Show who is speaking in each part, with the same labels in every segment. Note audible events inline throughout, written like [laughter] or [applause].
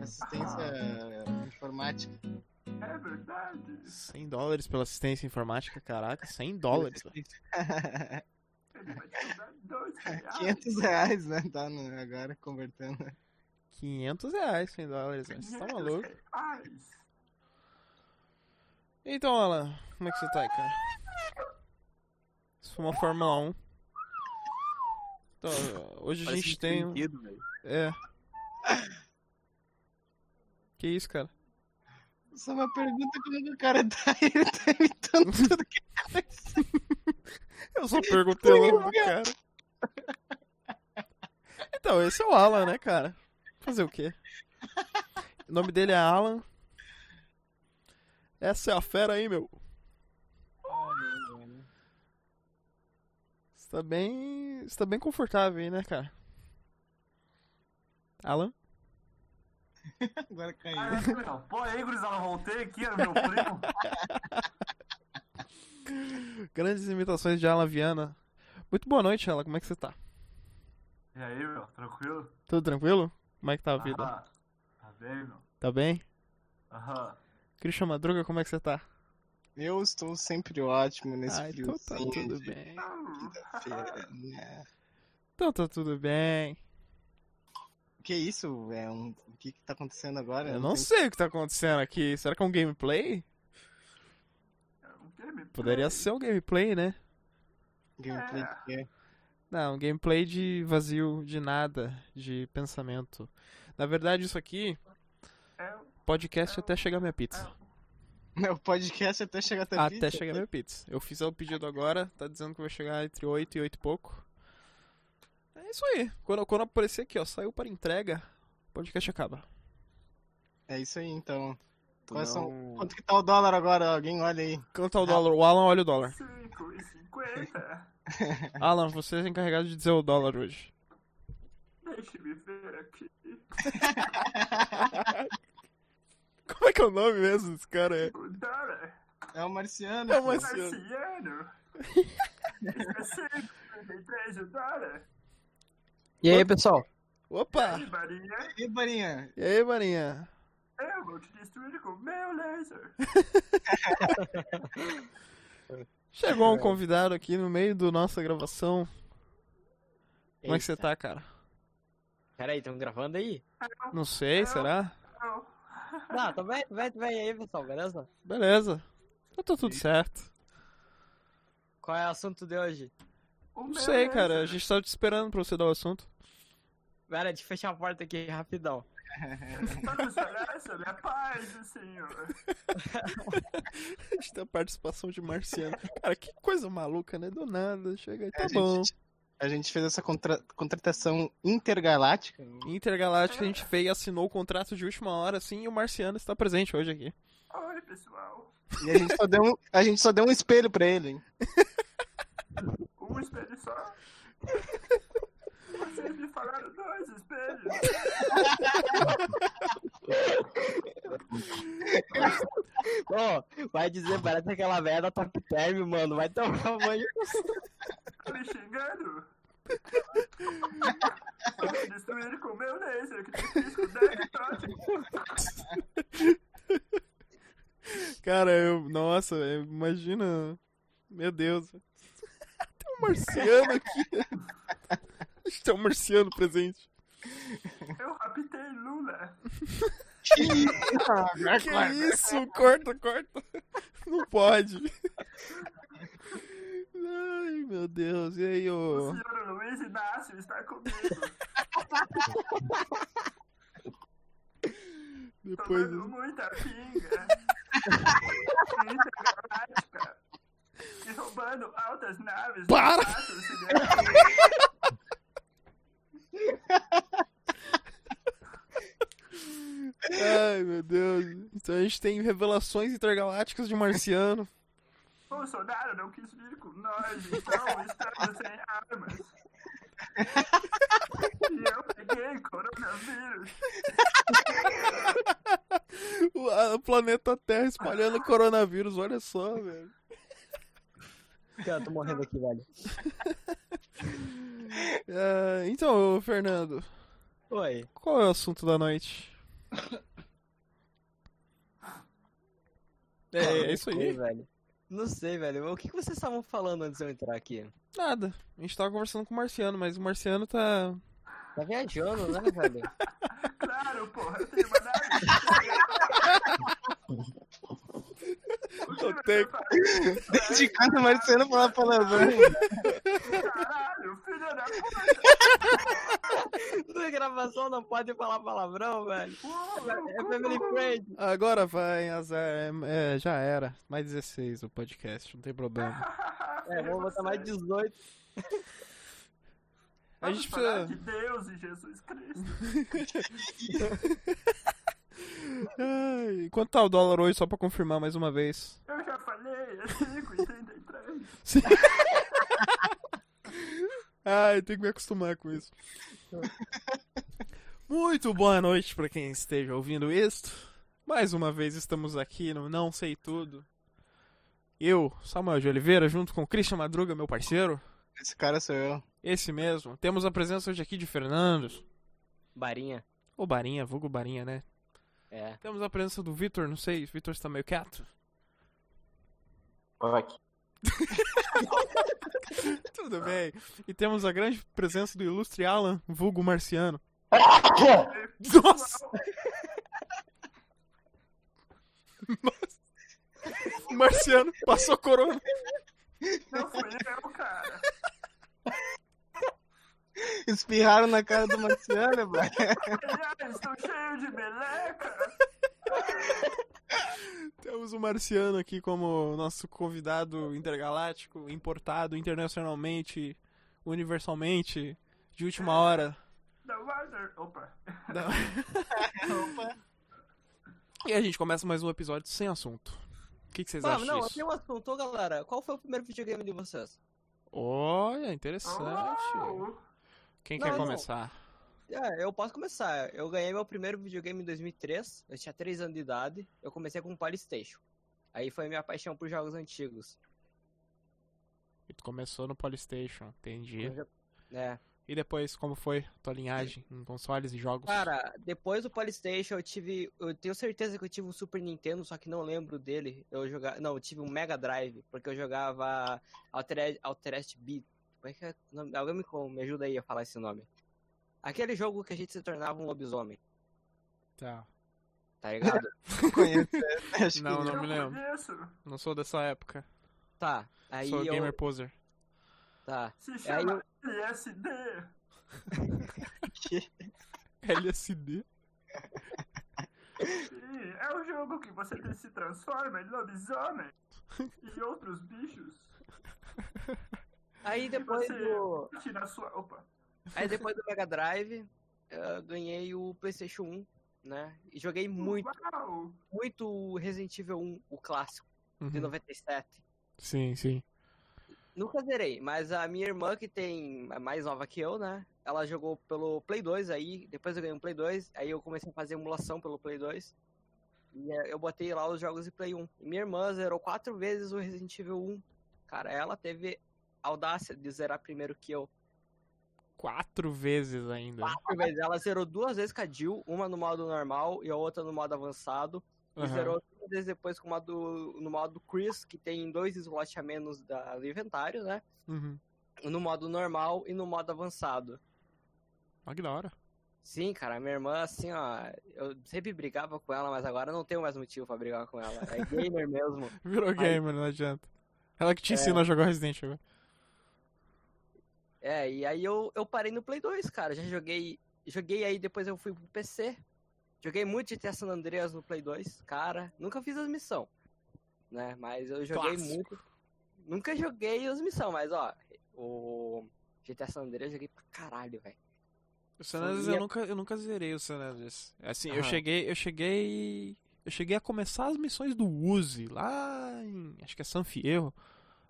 Speaker 1: assistência
Speaker 2: Ah.
Speaker 1: informática.
Speaker 3: É verdade.
Speaker 2: 100 dólares pela assistência informática, caraca, 100 dólares. velho.
Speaker 3: Ele vai te dar
Speaker 2: [laughs]
Speaker 3: dois
Speaker 2: é?
Speaker 3: reais.
Speaker 1: 500 reais, né? Tá no- agora convertendo.
Speaker 2: 500 reais, 100 dólares, velho. Você
Speaker 3: [laughs]
Speaker 2: tá [laughs] maluco?
Speaker 3: reais.
Speaker 2: Então, Alan, como é que você tá aí, cara? Isso foi uma Fórmula 1. Então, hoje a gente tem. um- É. Que isso, cara?
Speaker 1: Só é uma pergunta como que o cara tá [laughs] aí, ele tá imitando tudo que
Speaker 2: Eu só perguntei o nome do cara. Então, esse é o Alan, né, cara? Fazer o quê? O nome dele é Alan. Essa é a fera aí, meu. Você tá bem. Você tá bem confortável aí, né, cara? Alan?
Speaker 1: agora caiu.
Speaker 3: Ah, é, meu. Pô, aí, gurizada, voltei aqui, era meu primo.
Speaker 2: Grandes imitações de Alan Viana. Muito boa noite, Alan. Como é que você tá?
Speaker 3: E aí, meu, tranquilo?
Speaker 2: Tudo tranquilo? Como é que tá a vida?
Speaker 3: Ah, tá bem, meu.
Speaker 2: Tá bem?
Speaker 3: Aham.
Speaker 2: Christian Madruga, como é que você tá?
Speaker 1: Eu estou sempre ótimo nesse
Speaker 2: Ah,
Speaker 1: frio.
Speaker 2: então tá tudo bem.
Speaker 3: Ah,
Speaker 1: Feira, né?
Speaker 2: Então tá tudo bem.
Speaker 1: Que isso? É um... O que que tá acontecendo agora?
Speaker 2: Eu não sei o que tá acontecendo aqui. Será que é um gameplay?
Speaker 3: Um gameplay.
Speaker 2: Poderia ser um gameplay, né?
Speaker 1: sei. Gameplay de quê?
Speaker 2: Não, um gameplay de vazio, de nada, de pensamento. Na verdade, isso aqui,
Speaker 3: É,
Speaker 2: podcast até chegar minha pizza.
Speaker 1: Meu É podcast até chegar até
Speaker 2: Até chegar minha pizza. Eu fiz o pedido agora, tá dizendo que vai chegar entre 8 e 8 e pouco. É isso aí. Quando, quando aparecer aqui, ó, saiu para entrega, o podcast acaba.
Speaker 1: É isso aí, então.
Speaker 4: Tu
Speaker 1: Quais são-
Speaker 2: um-
Speaker 4: não-
Speaker 1: Quanto que tá o dólar agora? Alguém olha aí.
Speaker 2: Canta o dólar, o Alan olha o dólar.
Speaker 3: 5 e 50.
Speaker 2: Alan, você é encarregado de dizer o dólar hoje.
Speaker 3: Deixe-me ver aqui.
Speaker 2: Como é que é o nome mesmo desse cara?
Speaker 3: O dólar.
Speaker 1: É o Marciano.
Speaker 2: É o
Speaker 1: pô.
Speaker 2: Marciano.
Speaker 3: Marciano. Está 5,33 o dólar.
Speaker 4: E aí, pessoal?
Speaker 2: Opa!
Speaker 3: E, Maria,
Speaker 1: E aí, Barinha?
Speaker 2: E aí, Marinha?
Speaker 3: eu vou te destruir com meu laser.
Speaker 2: Chegou um convidado aqui no meio do nossa gravação. Como é que você tá, cara?
Speaker 4: Peraí, estão gravando aí?
Speaker 2: Não sei, será?
Speaker 3: Não.
Speaker 4: Tá, tô bem, tô bem, tô bem. E aí, pessoal, beleza?
Speaker 2: Beleza. Então tá tudo certo.
Speaker 4: Qual é o assunto de hoje?
Speaker 3: O
Speaker 2: Não
Speaker 3: meu
Speaker 2: sei, cara. A
Speaker 3: laser.
Speaker 2: gente tava te esperando pra você dar o assunto.
Speaker 4: Pera, deixa eu fechar a porta aqui rapidão.
Speaker 3: Vamos falar sobre a né? paz assim, do Senhor.
Speaker 2: A gente tem a participação de Marciano. Cara, que coisa maluca, né? Do nada. Chega aí,
Speaker 1: a,
Speaker 2: tá bom.
Speaker 1: gente, a gente fez essa contra- contratação intergaláctica.
Speaker 2: Intergaláctica, a gente fez, assinou o contrato de última hora, assim, e o Marciano está presente hoje aqui.
Speaker 3: Oi, pessoal.
Speaker 1: E a gente só deu um, a gente só deu um espelho pra ele, [laughs] hein?
Speaker 3: Um espelho só. Vocês me falaram dois espelhos.
Speaker 4: Ô, vai dizer, parece aquela merda top term, mano. Vai tomar um banho.
Speaker 3: Tá me xingando? Vou te destruir com meu laser que te fiz com 10 toques.
Speaker 2: Cara, eu. Nossa, eu- imagina. Meu Deus. [laughs] Tem um marciano aqui. A gente [laughs] tem um marciano presente.
Speaker 3: Eu raptei Lula.
Speaker 1: Que isso?
Speaker 2: Que isso? Corta, corta. Não pode. Ai, meu Deus. E aí,
Speaker 3: O
Speaker 2: ô.
Speaker 3: senhor Luiz Inácio está comigo.
Speaker 2: Depois.
Speaker 3: Tomando muita pinga. Intergaláctica. E roubando altas naves. do
Speaker 2: Para!
Speaker 3: espaço sideral.
Speaker 2: Ai, meu Deus. Então a gente tem revelações intergalácticas de marciano.
Speaker 3: Bolsonaro não quis vir com nós, então estamos sem armas. E eu peguei coronavírus.
Speaker 2: O a- o planeta Terra espalhando coronavírus. Olha só, velho.
Speaker 4: Cara, eu tô morrendo aqui, velho.
Speaker 2: Ah, então, ô, Fernando.
Speaker 4: Oi.
Speaker 2: Qual é o é assunto da noite? [laughs] É, é isso
Speaker 4: Não sei,
Speaker 2: aí.
Speaker 4: velho. Não sei, velho. O que que vocês estavam falando antes de eu entrar aqui?
Speaker 2: Nada. A gente tava conversando com o Marciano, mas o Marciano tá.
Speaker 4: Tá viajando, né,
Speaker 2: [laughs]
Speaker 4: velho?
Speaker 3: Claro, porra, eu tenho mandado.
Speaker 2: tenho.
Speaker 1: Desde quando o Marciano fala palavrão?
Speaker 3: Caralho, filha da puta,
Speaker 4: Na gravação não pode falar palavrão, velho.
Speaker 3: um
Speaker 4: É family friend.
Speaker 2: Agora vai, azar. É, é, já era. Mais 16 o podcast, não tem problema.
Speaker 4: É, vamos botar mais 18.
Speaker 2: A
Speaker 3: Vamos
Speaker 2: gente
Speaker 3: falar de
Speaker 2: precisa.
Speaker 3: Deus e Jesus Cristo.
Speaker 2: Ai, e quanto tá o dólar hoje, só pra confirmar mais uma vez?
Speaker 3: Eu já falei, é 5,33.
Speaker 2: Sim. [laughs] Ai, tenho que me acostumar com isso. Muito boa noite pra quem esteja ouvindo isto. Mais uma vez estamos aqui no Não Sei Tudo. Eu, Samuel de Oliveira, junto com Christian Madruga, meu parceiro.
Speaker 1: Esse cara sou eu.
Speaker 2: Esse mesmo. Temos a presença hoje aqui de Fernando.
Speaker 4: Barinha.
Speaker 2: Ou Barinha, vulgo Barinha, né?
Speaker 4: É.
Speaker 2: Temos a presença do Vitor, não sei, o Vitor está meio quieto. [laughs] Tudo bem. E temos a grande presença do ilustre Alan, vulgo marciano. Nossa! Nossa! O [laughs] marciano passou corona.
Speaker 3: Não fui eu, cara.
Speaker 1: Espirraram na cara do Marciano, [laughs] velho.
Speaker 3: Aliás, estou cheio de meleca.
Speaker 2: Temos o marciano aqui como nosso convidado intergaláctico, importado internacionalmente, universalmente, de última hora.
Speaker 3: The Water. Opa.
Speaker 2: Da- E a gente começa mais um episódio sem assunto. O que, que vocês
Speaker 4: Ah,
Speaker 2: acham
Speaker 4: não, eu
Speaker 2: disso?
Speaker 4: tenho um assunto, Ô, galera. Qual foi o primeiro videogame de vocês?
Speaker 2: Olha, interessante.
Speaker 3: Uau.
Speaker 2: Quem
Speaker 4: Ah! Não,
Speaker 2: quer
Speaker 4: não.
Speaker 2: começar?
Speaker 4: É, eu posso começar. Eu ganhei meu primeiro videogame em 2003. Eu tinha 3 anos de idade. Eu comecei com um Polystation. Aí foi minha paixão por jogos antigos.
Speaker 2: E Tu começou no Polystation, entendi.
Speaker 4: É.
Speaker 2: E depois, como foi tua linhagem em consoles e jogos?
Speaker 4: Cara, depois do Polystation eu tive. Eu tenho certeza que eu tive um Super Nintendo, só que não lembro dele. Eu jogava. Não, eu tive um Mega Drive, porque eu jogava Altered, Altered Beat. Como é que é? o nome? Alguém me, com- me ajuda aí a falar esse nome. Aquele jogo que a gente se tornava um lobisomem,
Speaker 2: Tá.
Speaker 4: tá ligado?
Speaker 1: Não conheço essa, acho que
Speaker 2: Não,
Speaker 3: Eu
Speaker 2: não me lembro.
Speaker 3: conheço.
Speaker 2: Não sou dessa época.
Speaker 4: tá. Aí
Speaker 2: sou
Speaker 4: eu.
Speaker 2: gamer
Speaker 4: [laughs]
Speaker 2: poser.
Speaker 4: Tá.
Speaker 3: Se chama LSD.
Speaker 2: LSD.
Speaker 3: Sim, é um jogo que você se transforma em lobisomem e outros bichos.
Speaker 4: Aí depois
Speaker 3: Você-
Speaker 4: do.
Speaker 3: Tira a sua. Opa.
Speaker 4: [laughs] Aí depois do Mega Drive, eu ganhei o PlayStation 1, né? E joguei muito,
Speaker 3: Uau.
Speaker 4: muito o Resident Evil 1, o clássico, de
Speaker 2: Uhum.
Speaker 4: 97.
Speaker 2: Sim, sim.
Speaker 4: Nunca zerei, mas a minha irmã, que tem é mais nova que eu, né? Ela jogou pelo Play 2 aí, depois eu ganhei um Play 2, aí eu comecei a fazer emulação pelo Play 2. E é, eu botei lá os jogos de Play 1. E minha irmã zerou quatro vezes o Resident Evil 1. Cara, ela teve audácia de zerar primeiro que eu.
Speaker 2: Quatro vezes ainda.
Speaker 4: Quatro vezes. Ela zerou duas vezes com a Jill, uma no modo normal e a outra no modo avançado. E
Speaker 2: Aham.
Speaker 4: zerou duas vezes depois com uma do, no modo Chris, que tem dois slots a menos da, do inventário, né?
Speaker 2: Uhum.
Speaker 4: No modo normal e no modo avançado.
Speaker 2: Olha que da hora. [laughs]
Speaker 4: Sim, cara, minha irmã, assim, ó, eu sempre brigava com ela, mas agora não tenho mais motivo pra brigar com ela. É gamer mesmo.
Speaker 2: Virou gamer, não adianta. Ela que te ensina a jogar Resident Evil.
Speaker 4: É, e aí eu, eu parei no Play 2, cara. Já joguei. Joguei aí, depois eu fui pro PC. Joguei muito GTA San Andreas no Play 2, cara. Nunca fiz as missões, né? Mas eu joguei
Speaker 2: Clássico.
Speaker 4: muito. Nunca joguei as missões, mas ó, o GTA San Andreas eu joguei pra caralho, velho.
Speaker 2: O San Andreas
Speaker 4: Sim,
Speaker 2: eu
Speaker 4: é-
Speaker 2: nunca, eu nunca zerei o San Andreas. Assim, eu
Speaker 4: Aham.
Speaker 2: cheguei, eu cheguei, eu cheguei a começar as missões do Uzi lá em, acho que é San Fierro,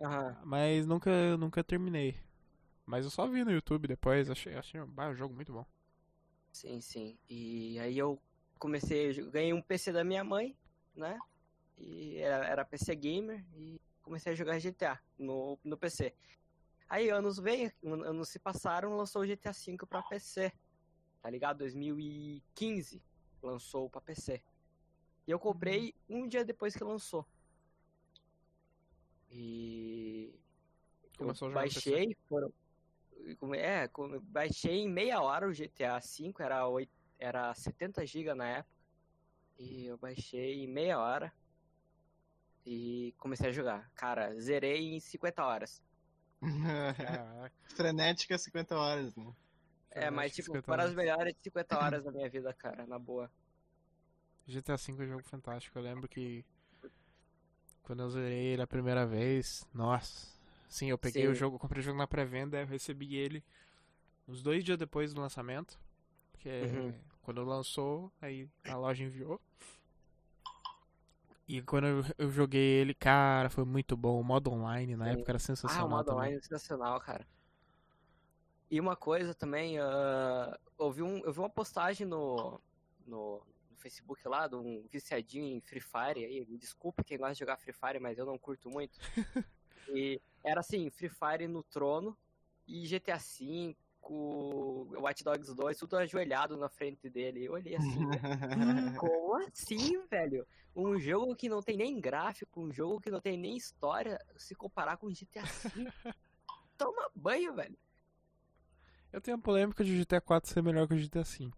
Speaker 4: Aham.
Speaker 2: mas nunca, nunca terminei. Mas eu só vi no YouTube depois, achei, achei um, bah, um jogo muito bom.
Speaker 4: Sim, sim. E aí eu comecei, eu ganhei um PC da minha mãe, né? E era, era PC gamer e comecei a jogar GTA no, no PC. Aí anos veio, an- anos se passaram, lançou o GTA V pra PC. Tá ligado? 2015. lançou pra PC. E eu comprei um dia depois que lançou. E.
Speaker 2: Começou a
Speaker 4: eu
Speaker 2: jogar no
Speaker 4: baixei, foram. e come- É, come- baixei em meia hora o GTA V, era, oit- era 70 GB na época. E eu baixei em meia hora e comecei a jogar. Cara, zerei em 50 horas.
Speaker 2: Caraca.
Speaker 1: [laughs] Frenética 50 horas, né?
Speaker 4: é, mas
Speaker 2: Frenético,
Speaker 4: tipo,
Speaker 2: 50
Speaker 4: para as
Speaker 2: horas.
Speaker 4: melhores
Speaker 2: [coughs]
Speaker 4: 50 horas da minha vida, cara, na boa.
Speaker 2: GTA V é um jogo fantástico. Eu lembro que quando eu zerei ele a primeira vez, nossa. Sim, eu peguei o
Speaker 4: Sim.
Speaker 2: jogo, comprei o jogo na pré-venda, eu recebi ele uns dois dias depois do lançamento. Porque
Speaker 4: Uhum.
Speaker 2: quando lançou, aí a loja enviou. E quando eu, eu joguei ele, cara, foi muito bom. O modo online na
Speaker 4: Sim.
Speaker 2: época era
Speaker 4: Ah, o
Speaker 2: sensacional.
Speaker 4: modo
Speaker 2: também.
Speaker 4: online é sensacional, cara. E uma coisa também, ah, eu, vi um, eu vi uma postagem no, no, no Facebook lá de um viciadinho em Free Fire. Aí, me desculpa quem gosta de jogar Free Fire, mas eu não curto muito. e era assim, Free Fire no trono e GTA V, Watch Dogs 2, tudo ajoelhado na frente dele. Eu olhei assim, Como assim, velho? Um jogo que não tem nem gráfico, um jogo que não tem nem história, se comparar com GTA V. Toma banho, velho.
Speaker 2: Eu tenho a polêmica de GTA IV ser melhor que o GTA V.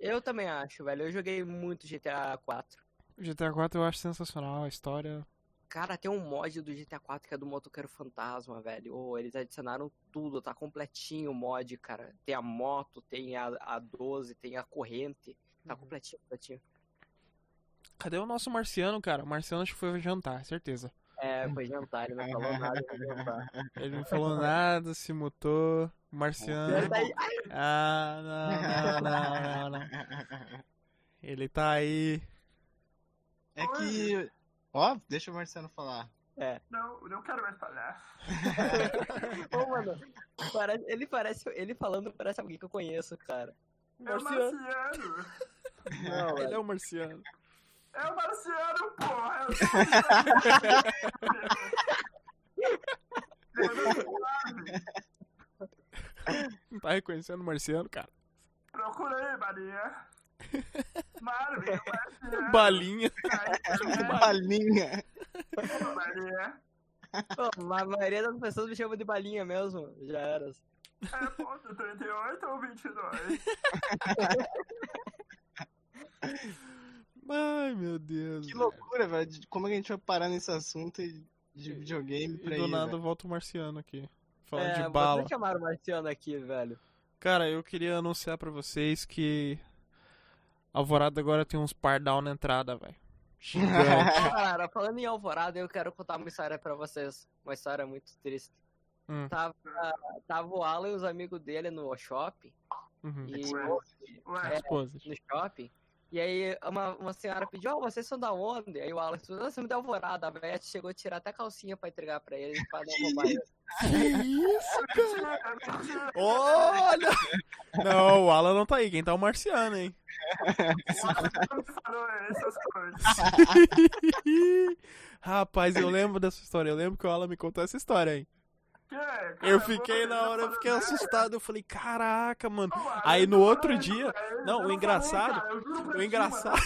Speaker 4: Eu também acho, velho. Eu joguei muito GTA IV.
Speaker 2: O GTA IV eu acho sensacional, a história.
Speaker 4: Cara, tem um mod do GTA IV que é do motoqueiro fantasma, velho. Ô, eles adicionaram tudo, tá completinho o mod, cara. Tem a moto, tem a, a 12, tem a corrente. Tá
Speaker 2: Uhum.
Speaker 4: completinho, completinho.
Speaker 2: Cadê o nosso Marciano, cara? O Marciano acho que foi jantar, certeza.
Speaker 4: É, foi jantar, ele não
Speaker 2: [laughs]
Speaker 4: falou nada, foi jantar.
Speaker 2: Ele não falou
Speaker 1: [laughs]
Speaker 2: nada, se mutou.
Speaker 4: Ele
Speaker 2: Marciano.
Speaker 4: tá aí,
Speaker 2: [laughs]
Speaker 4: ai,
Speaker 2: Ah, não, não, não, não, não. Ele tá aí.
Speaker 1: É que. Ó, deixa o Marciano falar.
Speaker 3: Não, não quero mais falar.
Speaker 4: Ô, mano, parece- ele parece. Ele falando parece alguém que eu conheço, cara.
Speaker 3: É o marciano!
Speaker 4: Não,
Speaker 2: Ele
Speaker 4: velho.
Speaker 2: é o Marciano.
Speaker 3: É o marciano, porra!
Speaker 2: Não tá reconhecendo o Marciano, cara.
Speaker 3: Procura aí, Maria! Marvin, é o marciano! Tá
Speaker 2: Balinha.
Speaker 3: Cara,
Speaker 1: Balinha.
Speaker 3: é, Maria!
Speaker 4: é, Pô, a maioria das pessoas me chama de balinha mesmo. Já era.
Speaker 3: É ponto 38 ou 22?
Speaker 2: Ai, meu Deus.
Speaker 1: Que
Speaker 2: velho.
Speaker 1: loucura, velho. de- Como é que a gente vai parar nesse assunto e- de
Speaker 2: E
Speaker 1: videogame pra
Speaker 2: do
Speaker 1: ir,
Speaker 2: nada
Speaker 1: velho?
Speaker 2: volta o Marciano aqui. Falando
Speaker 4: é,
Speaker 2: de bala.
Speaker 4: Vocês chamaram o Marciano aqui, velho.
Speaker 2: Cara, eu queria anunciar pra vocês que Alvorada agora tem uns pardal na entrada, velho.
Speaker 1: [laughs]
Speaker 2: Gigante.
Speaker 4: Ah, Cara, falando em Alvorada, eu quero contar uma história pra vocês. Uma história muito triste.
Speaker 2: Hum.
Speaker 4: Tava, tava o Alan e os amigos dele no shopping.
Speaker 2: Uhum.
Speaker 4: E,
Speaker 3: Ué,
Speaker 2: As coisas.
Speaker 4: no shopping. E aí uma, uma senhora pediu, ó, vocês são da onde? Aí o Alex falou, "Ah, você me deu alvorada, a Beth chegou a tirar até a calcinha pra entregar pra ele pra não [laughs] roubar ele.
Speaker 2: Que
Speaker 3: é
Speaker 2: isso?
Speaker 3: mentira, mentira!
Speaker 2: Olha! Não, o Alan não tá aí. Quem tá é o Marciano, hein?
Speaker 3: O Alan não falou essas coisas.
Speaker 2: Rapaz, eu lembro dessa história. Eu lembro que o Alan me contou essa história, hein?
Speaker 3: Que é, cara,
Speaker 2: Eu fiquei
Speaker 3: não
Speaker 2: na hora, eu
Speaker 3: falou
Speaker 2: fiquei
Speaker 3: nada.
Speaker 2: assustado. Eu falei, caraca, mano.
Speaker 3: Ô, Alan,
Speaker 2: Aí,
Speaker 3: eu
Speaker 2: no
Speaker 3: não
Speaker 2: outro
Speaker 3: falei
Speaker 2: dia-
Speaker 3: pra ele, eu
Speaker 2: não, o
Speaker 3: falei,
Speaker 2: engraçado-
Speaker 3: cara, eu juro pra
Speaker 2: O
Speaker 3: ti,
Speaker 2: engraçado,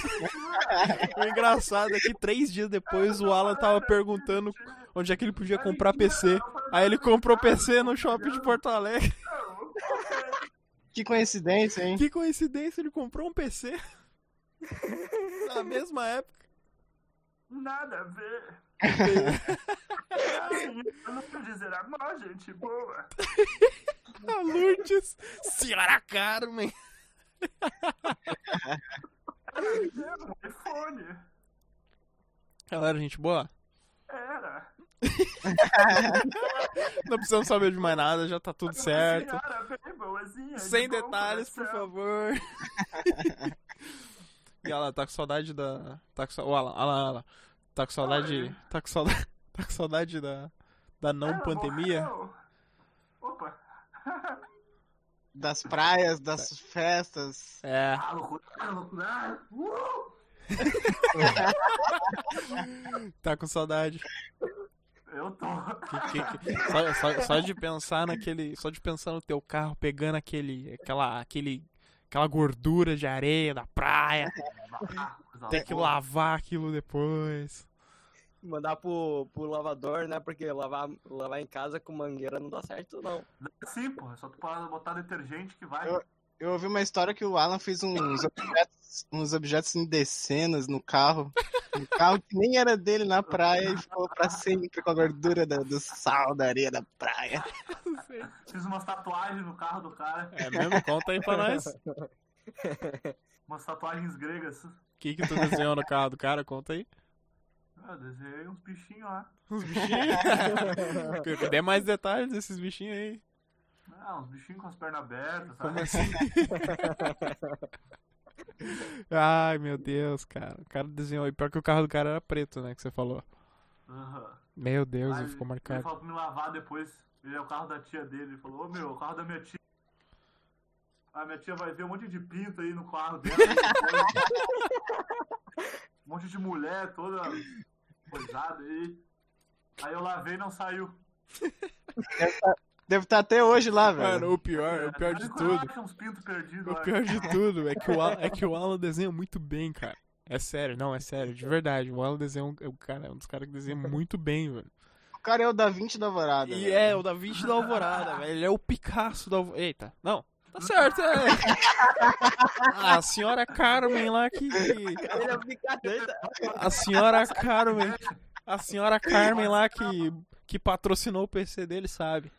Speaker 3: mano.
Speaker 2: [laughs] o engraçado é que três dias depois o Alan tava perguntando onde é que ele podia comprar PC. Aí ele comprou PC no shopping de Porto Alegre.
Speaker 3: Não,
Speaker 1: Que coincidência, hein?
Speaker 2: Que coincidência, ele comprou um PC na mesma época.
Speaker 3: Nada a ver.
Speaker 2: [laughs]
Speaker 3: Assim, Eu não quero dizer amor, gente boa.
Speaker 2: [laughs] A Lourdes, senhora Carmen.
Speaker 3: Era um iPhone.
Speaker 2: Ela era gente boa?
Speaker 3: Era.
Speaker 2: Não precisamos saber de mais nada, já tá tudo certo.
Speaker 3: Era bem boazinha. de
Speaker 2: Sem
Speaker 3: bom
Speaker 2: detalhes, por
Speaker 3: coração. [laughs]
Speaker 2: favor. E ela tá com saudade da. Tá com saudade. Alan, Alan, Alan. Tá com saudade. Tá com saudade. [laughs] Tá com saudade da. Da não
Speaker 3: Ela
Speaker 2: pandemia?
Speaker 3: morreu. Opa.
Speaker 1: Das praias, das festas.
Speaker 2: É.
Speaker 3: Ah, loucura, ah, loucura. ah, uh!
Speaker 2: Tá com saudade.
Speaker 3: Eu tô.
Speaker 2: Que- que- que- só, só- só de pensar naquele. Só de pensar no teu carro pegando aquele. Aquela. Aquele. Aquela gordura de areia da praia.
Speaker 3: Ah,
Speaker 2: Tem que lavar aquilo depois.
Speaker 4: Mandar pro, pro lavador, né? Porque lavar, lavar em casa com mangueira não dá certo, não.
Speaker 3: Sim, porra, só tu pode botar detergente que vai.
Speaker 1: Eu ouvi uma história que o Alan fez uns objetos, uns objetos em decenas no carro. Um carro que nem era dele na praia e ficou pra sempre com a gordura da- do sal da areia da praia.
Speaker 3: Fiz umas tatuagens no carro do cara,
Speaker 2: É mesmo? Conta aí pra nós. O
Speaker 3: umas tatuagens gregas.
Speaker 2: que que tu desenhou no carro do cara? Conta aí.
Speaker 3: Ah, Eu desenhei uns bichinhos lá.
Speaker 2: Os bichinhos. Dê mais detalhes desses bichinhos aí.
Speaker 3: Ah, uns bichinhos com as pernas abertas,
Speaker 2: Como
Speaker 3: sabe?
Speaker 2: assim? Ai, meu Deus, cara. O cara desenhou. E pior que o carro do cara era preto, né? Que você falou.
Speaker 3: Aham.
Speaker 2: Meu Deus,
Speaker 3: Aí
Speaker 2: ele ficou
Speaker 3: Ele
Speaker 2: marcado.
Speaker 3: falou pra me lavar depois. Ele é o carro da tia dele. Ele falou, ô meu, é o carro da minha tia. A minha tia vai ver um monte de pinto aí no carro dela. um monte de mulher toda coisada aí. Aí eu lavei e não saiu.
Speaker 1: Deve estar até hoje lá, velho.
Speaker 2: Mano, o pior, É o pior de
Speaker 3: Sabe quando
Speaker 2: tudo. É
Speaker 3: acha uns pintos perdidos
Speaker 2: O
Speaker 3: lá?
Speaker 2: pior de tudo é que o Alan, é que o Alan desenha muito bem, cara. É sério, não, é sério, de verdade. O Alan desenha um, é um cara, é um dos caras que desenha muito bem, velho.
Speaker 1: O cara é o da 20 da Alvorada.
Speaker 2: E
Speaker 1: velho.
Speaker 2: é, o Da Vinci da Alvorada, velho. Ele é o Picasso da Alvorada. Eita, não. Tá certo, é. A senhora Carmen lá que. que-
Speaker 4: Ele é um picareta.
Speaker 2: A senhora Carmen. A senhora Carmen lá que. Que patrocinou o PC dele, sabe?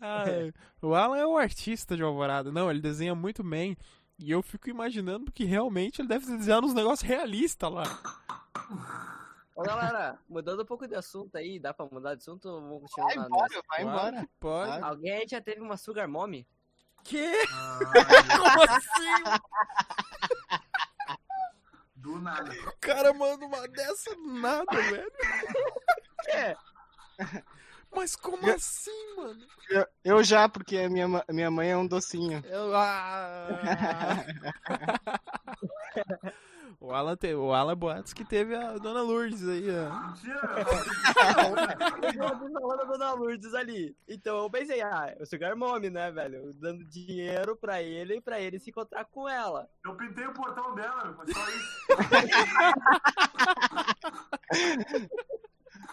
Speaker 2: Ah, é. o Alan é um artista de Alvorada. Não, ele desenha muito bem. E eu fico imaginando que realmente ele deve desenhar uns negócios realistas lá.
Speaker 4: Ô, galera, mudando um pouco de assunto aí, dá pra mudar de assunto? ou Vamos continuar
Speaker 1: Vai
Speaker 4: na-
Speaker 1: embora, vai embora.
Speaker 2: Claro que Pode.
Speaker 1: Claro.
Speaker 4: Alguém aí já teve uma sugar mommy? [laughs]
Speaker 2: Que?
Speaker 3: Ah,
Speaker 2: Como assim?
Speaker 3: do nada.
Speaker 2: O cara manda uma dessa do nada, velho.
Speaker 4: É,
Speaker 2: Mas como assim, mano?
Speaker 1: Eu, eu já, porque a minha, ma- minha mãe é um docinho.
Speaker 2: Eu- ah. [laughs] o Alan, te... o Alan Boatos que teve a Dona Lourdes aí, ó.
Speaker 3: Mentira,
Speaker 4: Eu falando da Dona Lourdes ali. Então eu pensei, ah, eu sou Garmome, né, velho? Dando dinheiro pra ele e pra ele se encontrar com ela.
Speaker 3: eu pintei o portão dela, mas só isso.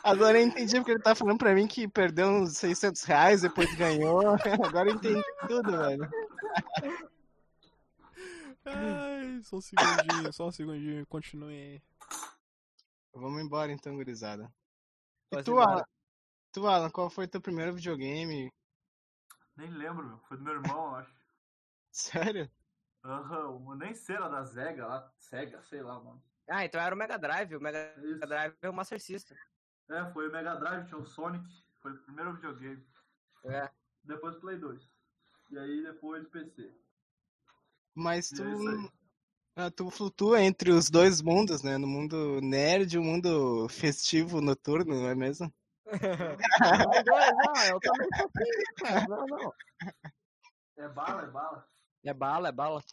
Speaker 1: Agora eu entendi porque ele tá falando pra mim que perdeu uns 600 reais, depois ganhou. [laughs] Agora eu entendi tudo, velho.
Speaker 2: Ai, só um segundinho, só um segundinho, continue aí.
Speaker 1: Vamos embora então, gurizada. E
Speaker 4: Posso ir
Speaker 1: tu,
Speaker 4: embora?
Speaker 1: Alan? Tu, Alan, qual foi teu primeiro videogame? [laughs]
Speaker 3: Nem lembro, meu. Foi do meu irmão, eu acho.
Speaker 1: Sério?
Speaker 3: Aham, eu nem sei, era da Zega lá. Sega, sei lá, mano.
Speaker 4: Ah, então era o Mega Drive. O Mega
Speaker 3: Isso.
Speaker 4: Drive é o Master System.
Speaker 3: É, foi o Mega Drive, tinha o Sonic. Foi o primeiro videogame.
Speaker 4: É.
Speaker 3: Depois o Play 2. E aí depois o PC.
Speaker 1: Mas
Speaker 3: E
Speaker 1: tu,
Speaker 3: é isso aí.
Speaker 1: ah, tu flutua entre os dois mundos, né? No mundo nerd e o mundo festivo noturno, não é mesmo?
Speaker 4: Não, não, eu também sou assim, cara. Não, não.
Speaker 3: É bala, é bala.
Speaker 4: É bala, é bala.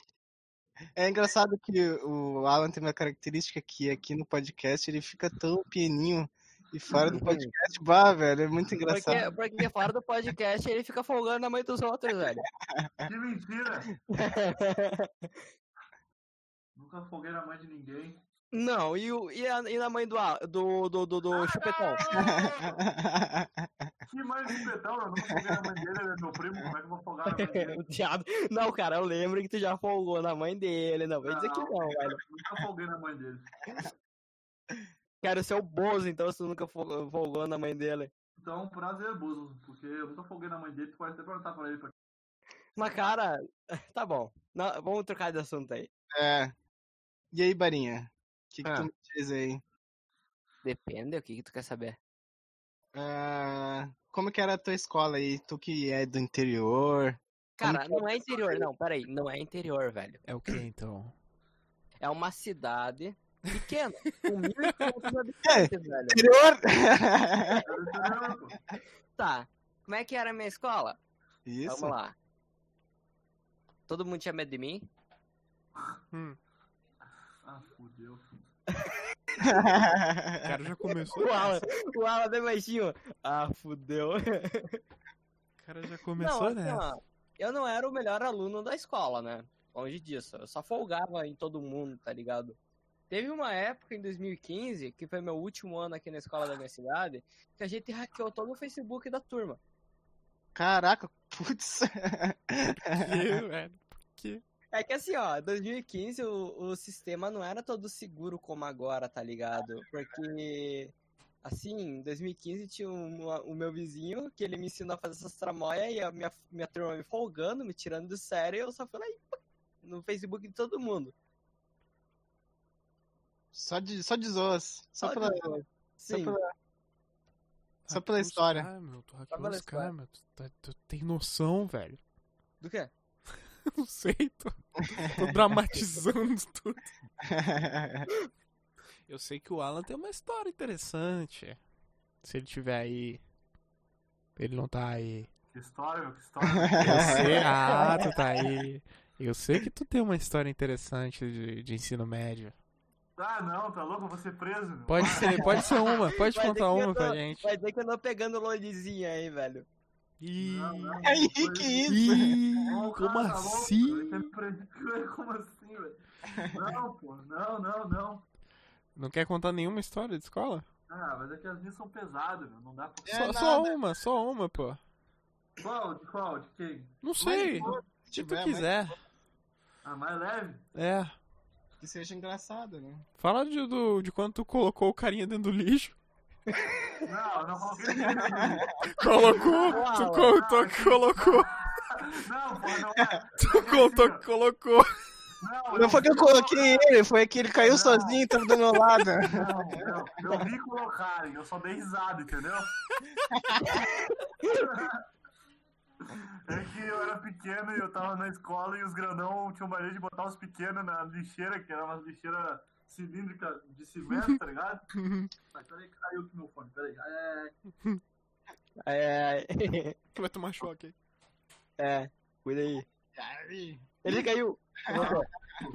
Speaker 1: É engraçado que o Alan tem uma característica que aqui no podcast ele fica tão pianinho e fora do podcast, bah, velho, é muito engraçado.
Speaker 4: Porque, porque fora do podcast ele fica folgando na mãe dos outros, velho.
Speaker 3: Que mentira! Nunca foguei na mãe de ninguém.
Speaker 4: Não, e, o- e, a- e na mãe do, Al- do, do, do, do Chupetão?
Speaker 3: Que mãe de pedal, então, eu nunca foguei na mãe dele, ele é meu primo, como é que eu vou fogar na mãe dele?
Speaker 4: O diabo. Não, cara, eu lembro que tu já folgou na mãe dele. Não, vem dizer que não, velho.
Speaker 3: Nunca foguei na mãe dele.
Speaker 4: Quero ser o Bozo, então, se tu nunca fol- folgou na mãe dele.
Speaker 3: Então, prazer, Buzo, porque eu nunca foguei na mãe dele, tu pode até perguntar pra ele. Pra...
Speaker 4: Mas, cara, [laughs] tá bom. Não, vamos trocar de assunto aí.
Speaker 1: [laughs] É. E aí, Barinha? O que, que
Speaker 4: Ah.
Speaker 1: tu me diz aí?
Speaker 4: Depende, o que, que tu quer saber?
Speaker 1: Ah, como que era a tua escola aí? Tu que é do interior?
Speaker 4: Cara, não é interior, não, peraí. Não é interior, velho.
Speaker 2: É o que então?
Speaker 4: É uma cidade pequena, com [laughs] 1.500
Speaker 1: É.
Speaker 4: habitantes, velho.
Speaker 1: Interior?
Speaker 3: Eu entendeu, é pô.
Speaker 4: Tá, como é que era a minha escola?
Speaker 1: [laughs] Isso.
Speaker 4: Vamos lá. Todo mundo tinha medo de mim?
Speaker 3: Ah, fudeu.
Speaker 2: O cara já começou.
Speaker 4: é O Alan, o Alan deu baixinho. Ah, fudeu.
Speaker 2: cara já começou né?
Speaker 4: não, assim,
Speaker 2: nessa.
Speaker 4: ó, eu não era o melhor aluno da escola, né? Longe disso. Eu só folgava em todo mundo, tá ligado? Teve uma época em 2015, que foi meu último ano aqui na escola da minha cidade, que a gente hackeou todo o Facebook da turma.
Speaker 1: [laughs] Caraca, putz.
Speaker 2: [laughs] Que, velho? Por quê?
Speaker 4: É que assim, ó, 2015 o, o sistema não era todo seguro como agora, tá ligado? Porque, assim, em 2015 tinha um, uma- o meu vizinho que ele me ensinou a fazer essas tramóias e a minha, minha turma me folgando, me tirando do sério e eu só fui lá e pá, no Facebook de todo mundo.
Speaker 1: Só de, só de zoas. Só,
Speaker 4: Olha,
Speaker 1: pela, só
Speaker 4: Sim,
Speaker 1: pela- Só
Speaker 2: Hackeou
Speaker 1: pela
Speaker 2: os
Speaker 1: história.
Speaker 2: Cara, meu, tu hackeou
Speaker 4: pela
Speaker 2: os
Speaker 4: história.
Speaker 2: caras, meu. Tu, tá- tu tem noção, velho.
Speaker 4: do quê?
Speaker 2: Eu não sei, [laughs] tô, tô dramatizando tudo. [laughs] Eu sei que o Alan tem uma história interessante. Se ele tiver aí. Ele não tá aí.
Speaker 3: Que história, meu, que história.
Speaker 2: Eu
Speaker 3: [laughs]
Speaker 2: sei, [laughs] ah, tu tá aí. Eu sei que tu tem uma história interessante de, de ensino médio.
Speaker 3: ah, não, tá louco? Eu vou ser preso, meu.
Speaker 2: Pode ser, pode ser uma, pode
Speaker 4: Vai
Speaker 2: contar
Speaker 4: ter que
Speaker 2: uma pra
Speaker 4: andar.
Speaker 2: gente.
Speaker 4: Vai dizer que eu não pegando lolizinha aí, velho.
Speaker 2: Ih,
Speaker 3: Não, não.
Speaker 1: Aí, que isso?
Speaker 2: ih,
Speaker 3: Não,
Speaker 2: como
Speaker 3: cara, tá louco,
Speaker 2: assim?
Speaker 3: ele quer me prender. [laughs] Como assim, velho? Não, pô, não, não, não.
Speaker 2: Não quer contar nenhuma história de escola?
Speaker 3: Ah, mas é que as minhas são pesadas, meu. Não dá pra.
Speaker 1: É,
Speaker 2: só,
Speaker 1: nada.
Speaker 2: só uma, só uma, pô.
Speaker 3: Qual? De qual? De quem?
Speaker 2: Não sei,
Speaker 3: Mas, pô,
Speaker 1: Se
Speaker 2: se tu
Speaker 1: tiver, mas
Speaker 2: quiser.
Speaker 3: A Ah, mais leve?
Speaker 2: É,
Speaker 1: Que seja engraçado, né?
Speaker 2: fala de, do, de quando tu colocou o carinha dentro do lixo. [laughs]
Speaker 3: Não, não coloquei ninguém.
Speaker 2: Colocou, tu contou que colocou,
Speaker 3: Não, pô, não é.
Speaker 2: tu contou que colocou.
Speaker 3: Não,
Speaker 1: Não foi que eu coloquei ele, foi que ele caiu
Speaker 3: Não.
Speaker 1: sozinho e tava do meu [laughs] lado.
Speaker 3: Não, não. Eu vi colocarem, eu só dei risada, entendeu? É que eu era pequeno e eu tava na escola e os grandão tinham mania de botar os pequenos na lixeira, que era uma lixeira cilíndrica de cimento, tá ligado? Mas peraí, que caiu aqui meu fone, peraí. É,
Speaker 4: É, [laughs]
Speaker 2: Tu vai tomar choque aí.
Speaker 4: é, cuida aí. Ele caiu. Voltou.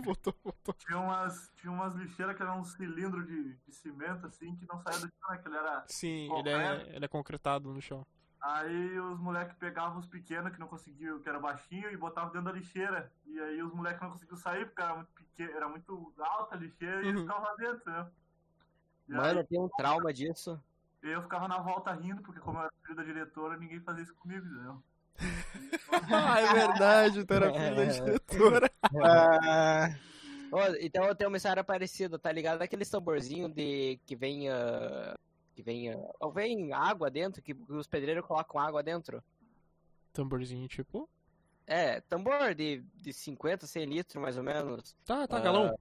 Speaker 2: Voltou, voltou.
Speaker 3: tinha, umas, tinha umas lixeiras que eram um cilindro de, de cimento, assim, que não saía do chão, né, que ele era
Speaker 2: Sim,
Speaker 3: Bom,
Speaker 2: ele é, ele é concretado no chão.
Speaker 3: Aí os moleques pegavam os pequenos que não conseguiam, que era baixinho, e botavam dentro da lixeira. E aí os moleques não conseguiam sair, porque era muito pequeno, era muito alta a lixeira e eles
Speaker 2: Uhum.
Speaker 3: ficavam lá dentro, né? E
Speaker 4: Mano,
Speaker 3: aí
Speaker 4: eu tenho um trauma disso.
Speaker 3: eu ficava na volta rindo, porque como eu era filho da diretora, ninguém fazia isso comigo, entendeu?
Speaker 2: Ah, é verdade,
Speaker 3: [laughs]
Speaker 2: tu era filho da diretora.
Speaker 1: Ah,
Speaker 4: Ô, então eu tenho uma história parecida, tá ligado? Aqueles tamborzinho de que vem. ah, que vem. ah, ou vem água dentro, que os pedreiros colocam água dentro.
Speaker 2: Tamborzinho, tipo...
Speaker 4: É, tambor de, de 50, 100 litros, mais ou menos.
Speaker 2: Tá, tá,
Speaker 4: Ah,
Speaker 2: galão.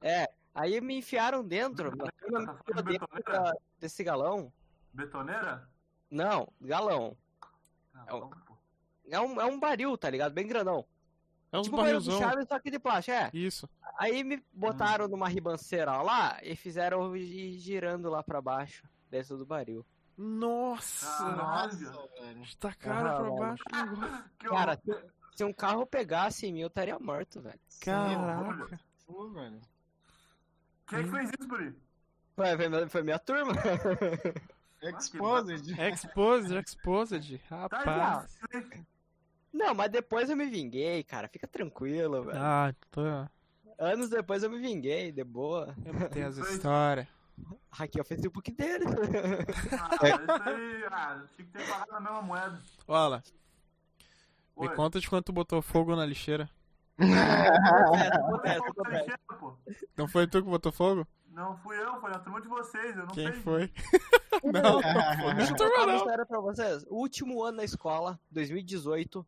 Speaker 4: É. Aí me enfiaram dentro, mas eu não
Speaker 3: Tá
Speaker 4: me enfiou
Speaker 3: falando
Speaker 4: dentro
Speaker 3: betoneira?
Speaker 4: desse galão.
Speaker 3: Betoneira?
Speaker 4: Não, galão.
Speaker 3: Ah,
Speaker 4: É o-
Speaker 3: vamos, pô.
Speaker 4: É um, é um baril, tá ligado? Bem grandão.
Speaker 2: É uns
Speaker 4: tipo baril de
Speaker 2: barrilzão. Ah.
Speaker 4: chave, só que de plástico, é.
Speaker 2: Isso.
Speaker 4: Aí me botaram numa ribanceira lá e fizeram eu ir girando lá pra baixo, dentro do baril.
Speaker 2: Nossa!
Speaker 3: Ah,
Speaker 1: nossa, velho.
Speaker 2: Tacaram pra
Speaker 4: Caralho.
Speaker 2: baixo o negócio.
Speaker 3: Que
Speaker 4: Cara,
Speaker 3: horror,
Speaker 4: se, se um carro pegasse em mim, eu estaria morto, velho.
Speaker 3: que
Speaker 2: Cara.
Speaker 3: horror.
Speaker 1: Pô, velho.
Speaker 3: Quem é que fez isso, Buri?
Speaker 4: Foi, foi minha, foi minha turma. [laughs]
Speaker 1: É Exposed.
Speaker 2: Exposed, exposed.
Speaker 3: Tá,
Speaker 2: Rapaz.
Speaker 3: gente,
Speaker 4: Não, mas depois eu me vinguei, cara. Fica tranquilo, velho.
Speaker 2: Ah, tá.
Speaker 4: Anos depois eu me vinguei, de boa.
Speaker 2: Eu não tenho as histórias.
Speaker 4: Hackeou o Facebook dele. [laughs]
Speaker 3: Ah, isso aí, ah, tinha que ter pagado na mesma moeda.
Speaker 2: Olha, me
Speaker 3: Oi.
Speaker 2: conta de quanto tu botou fogo na lixeira.
Speaker 4: acontece, acontece,
Speaker 3: Não, foi
Speaker 4: acontece.
Speaker 3: lixeira, pô.
Speaker 2: Não foi tu que botou fogo?
Speaker 3: Não fui eu, foi na turma de vocês, eu não
Speaker 2: Quem
Speaker 3: sei.
Speaker 2: foi? [laughs] não, não foi. Não,
Speaker 4: Deixa eu contar uma
Speaker 2: não.
Speaker 4: história pra vocês. O último ano na escola, 2018,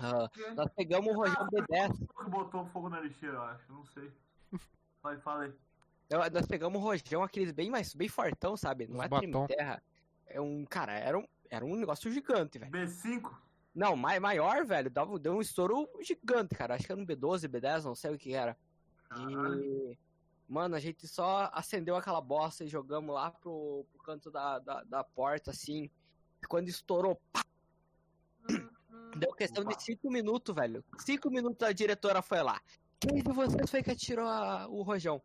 Speaker 4: ah, nós pegamos o rojão B10.
Speaker 3: que botou fogo na lixeira, eu acho, não sei. Vai, fala aí.
Speaker 4: Eu- Nós pegamos um rojão, aqueles bem mais bem fortão, sabe? Não
Speaker 2: Uns
Speaker 4: é
Speaker 2: batom.
Speaker 4: treme terra. É um, cara, era um, era um negócio gigante, velho.
Speaker 3: B5?
Speaker 4: Não, mai- maior, velho, dava, deu um estouro gigante, cara. Acho que era um B12, B10, não sei o que era.
Speaker 3: Caralho.
Speaker 4: E, mano, a gente só acendeu aquela bosta e jogamos lá pro, pro canto da, da, da porta, assim. E quando estourou, pá! Deu questão de 5 minutos, velho. 5 minutos a diretora foi lá. Quem de vocês foi que atirou a- o rojão?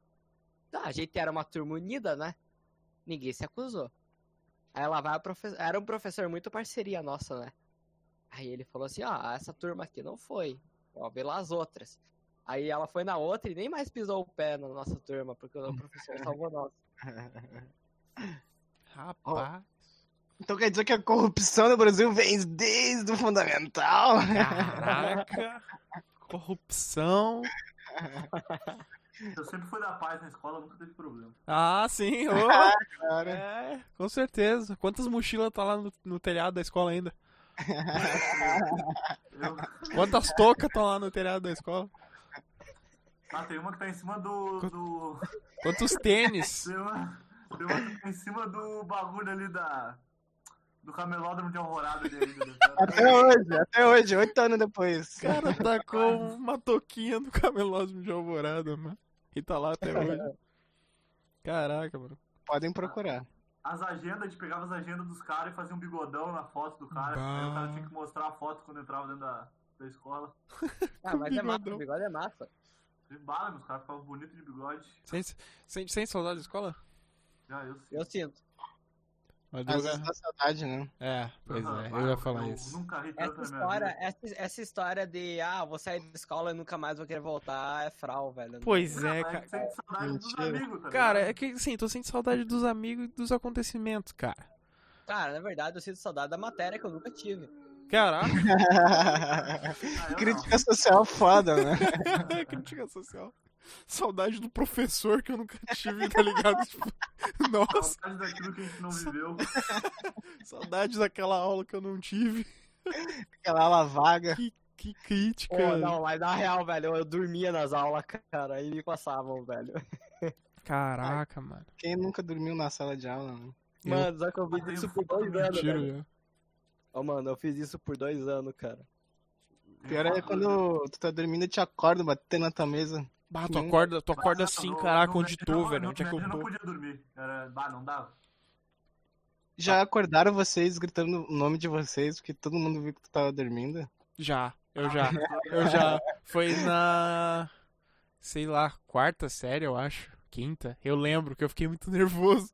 Speaker 4: Ah, a gente era uma turma unida, né? Ninguém se acusou. Aí lá vai a professora. Era um professor muito parceria nossa, né? Aí ele falou assim, ó, essa turma aqui não foi. Ó, vê lá as outras. Aí ela foi na outra e nem mais pisou o pé na nossa turma, porque o professor salvou nós.
Speaker 2: Rapaz.
Speaker 1: Então quer dizer que a corrupção no Brasil vem desde o fundamental?
Speaker 2: Caraca. Corrupção.
Speaker 3: Eu sempre fui da paz na escola, nunca teve
Speaker 4: [laughs]
Speaker 3: problema.
Speaker 2: Ah, sim. ô,
Speaker 1: Cara,
Speaker 2: é, com certeza. Quantas mochilas tá lá no, no telhado da escola ainda?
Speaker 3: Eu...
Speaker 2: Quantas tocas estão lá no telhado da escola?
Speaker 3: Ah, tem uma que tá em cima do. do...
Speaker 2: Quantos tênis?
Speaker 3: Tem, uma... tem uma que tá em cima do bagulho ali da. Do camelódromo de Alvorada ali ainda.
Speaker 1: até hoje, até hoje, oito anos depois.
Speaker 2: O cara tacou uma toquinha no camelódromo de Alvorada, mano. E tá lá até hoje. Caraca, mano.
Speaker 1: Podem procurar.
Speaker 3: As agendas, a gente pegava as agendas dos caras e fazia um bigodão na foto do cara.
Speaker 2: Bah.
Speaker 3: Aí o cara tinha que mostrar a foto quando entrava dentro da, da escola.
Speaker 4: Ah, mas é massa,
Speaker 2: bigodão.
Speaker 4: o bigode é massa.
Speaker 3: De bala, os caras ficavam bonitos de bigode.
Speaker 2: Sente, sente, sente saudade da escola?
Speaker 3: Já eu sei.
Speaker 4: Eu sinto.
Speaker 1: Às vezes dá saudade,
Speaker 2: [laughs]
Speaker 1: né?
Speaker 2: É, pois é,
Speaker 3: Ah,
Speaker 2: eu ia falar
Speaker 3: eu
Speaker 2: isso.
Speaker 3: Nunca ri tanto
Speaker 4: Essa
Speaker 3: na minha
Speaker 4: história,
Speaker 3: vida.
Speaker 4: essa, essa história de, ah, vou sair da escola e nunca mais vou querer voltar, é fral, velho.
Speaker 2: Pois é,
Speaker 3: Mas
Speaker 2: cara.
Speaker 3: sente saudade dos
Speaker 1: Mentira.
Speaker 3: amigos, tá
Speaker 2: Cara, é
Speaker 3: ligado?
Speaker 2: que assim, tô sentindo saudade dos amigos e dos acontecimentos, cara.
Speaker 4: Cara, na verdade, eu sinto saudade da matéria que eu nunca tive.
Speaker 2: Caraca, [laughs]
Speaker 3: Ah, eu
Speaker 1: Crítica social foda, né?
Speaker 2: crítica social. Saudade do professor que eu nunca tive, tá ligado? Tipo,
Speaker 3: não.
Speaker 2: nossa,
Speaker 3: Saudade daquilo que a gente não viveu.
Speaker 2: saudade daquela aula que eu não tive.
Speaker 1: Aquela ala vaga.
Speaker 2: Que
Speaker 4: Pô,
Speaker 2: crítica.
Speaker 4: não, mas na real, velho, eu dormia nas aulas, cara, e me passavam, velho.
Speaker 2: Caraca, mano.
Speaker 1: Quem nunca dormiu na sala de aula, né?
Speaker 2: Eu-
Speaker 4: Mano, só que eu fiz
Speaker 3: Mas
Speaker 4: isso
Speaker 3: eu
Speaker 4: por dois anos,
Speaker 2: Mentira,
Speaker 4: velho.
Speaker 2: já.
Speaker 4: Ô, mano, eu fiz isso por dois anos, cara.
Speaker 1: Pior é quando tu tá dormindo e te acorda batendo na tua mesa.
Speaker 2: Bah, tu
Speaker 1: Não.
Speaker 2: acorda, tu acorda
Speaker 3: tá
Speaker 2: assim, caraca, onde tô,
Speaker 3: tô,
Speaker 2: velho? Onde é que
Speaker 3: Eu
Speaker 2: eu
Speaker 3: não
Speaker 2: tô?
Speaker 3: podia dormir. Era, bah, não dava.
Speaker 2: Ah.
Speaker 1: Já acordaram vocês gritando o nome de vocês, porque todo mundo viu que tu tava dormindo?
Speaker 2: Já, eu já, eu já. Foi na. Sei lá, quarta série, eu acho. Quinta. Eu lembro que eu fiquei muito nervoso.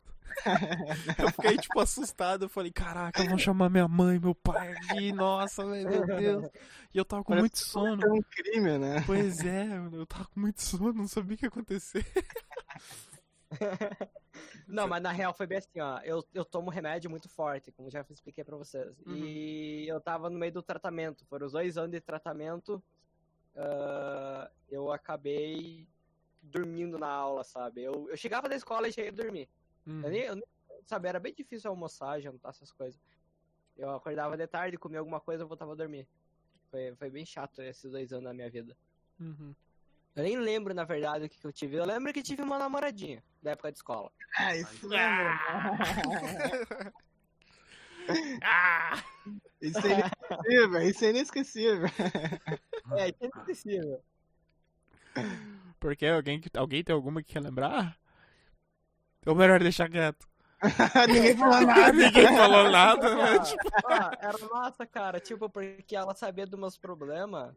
Speaker 2: Eu fiquei, tipo, assustado. Eu falei, caraca, vão chamar minha mãe, meu pai aqui. Nossa, velho, meu Deus. E eu tava com
Speaker 1: Parece
Speaker 2: muito
Speaker 1: que
Speaker 2: sono.
Speaker 1: É um crime, né?
Speaker 2: Pois é, mano, eu tava com muito sono, não sabia o que ia acontecer.
Speaker 4: Não, mas na real foi bem assim, ó. Eu, eu tomo remédio muito forte, como já expliquei pra vocês. E eu tava no meio do tratamento. Foram os dois anos de tratamento. ah, eu acabei dormindo na aula, sabe? Eu, eu chegava da escola e cheguei a dormir.
Speaker 2: Uhum,
Speaker 4: Eu nem, eu nem- sabe, era bem difícil almoçar, jantar, essas coisas. Eu acordava de tarde, comia alguma coisa, eu voltava a dormir. Foi, foi bem chato esses dois anos da minha vida.
Speaker 2: Uhum.
Speaker 4: Eu nem lembro, na verdade, o que, que eu tive. Eu lembro que tive uma namoradinha da época de escola.
Speaker 1: Ah, isso é
Speaker 2: [laughs] Ah!
Speaker 1: Isso é inesquecível, isso é inesquecível. [laughs]
Speaker 4: É, isso é inesquecível.
Speaker 2: Porque alguém, que- alguém tem alguma que quer lembrar? Ou melhor deixar quieto? Ah,
Speaker 1: Ninguém falou nada.
Speaker 2: Ninguém falou nada,
Speaker 4: Ah,
Speaker 2: né? Tipo,
Speaker 4: ah, era massa, cara. Tipo, porque ela sabia dos meus problemas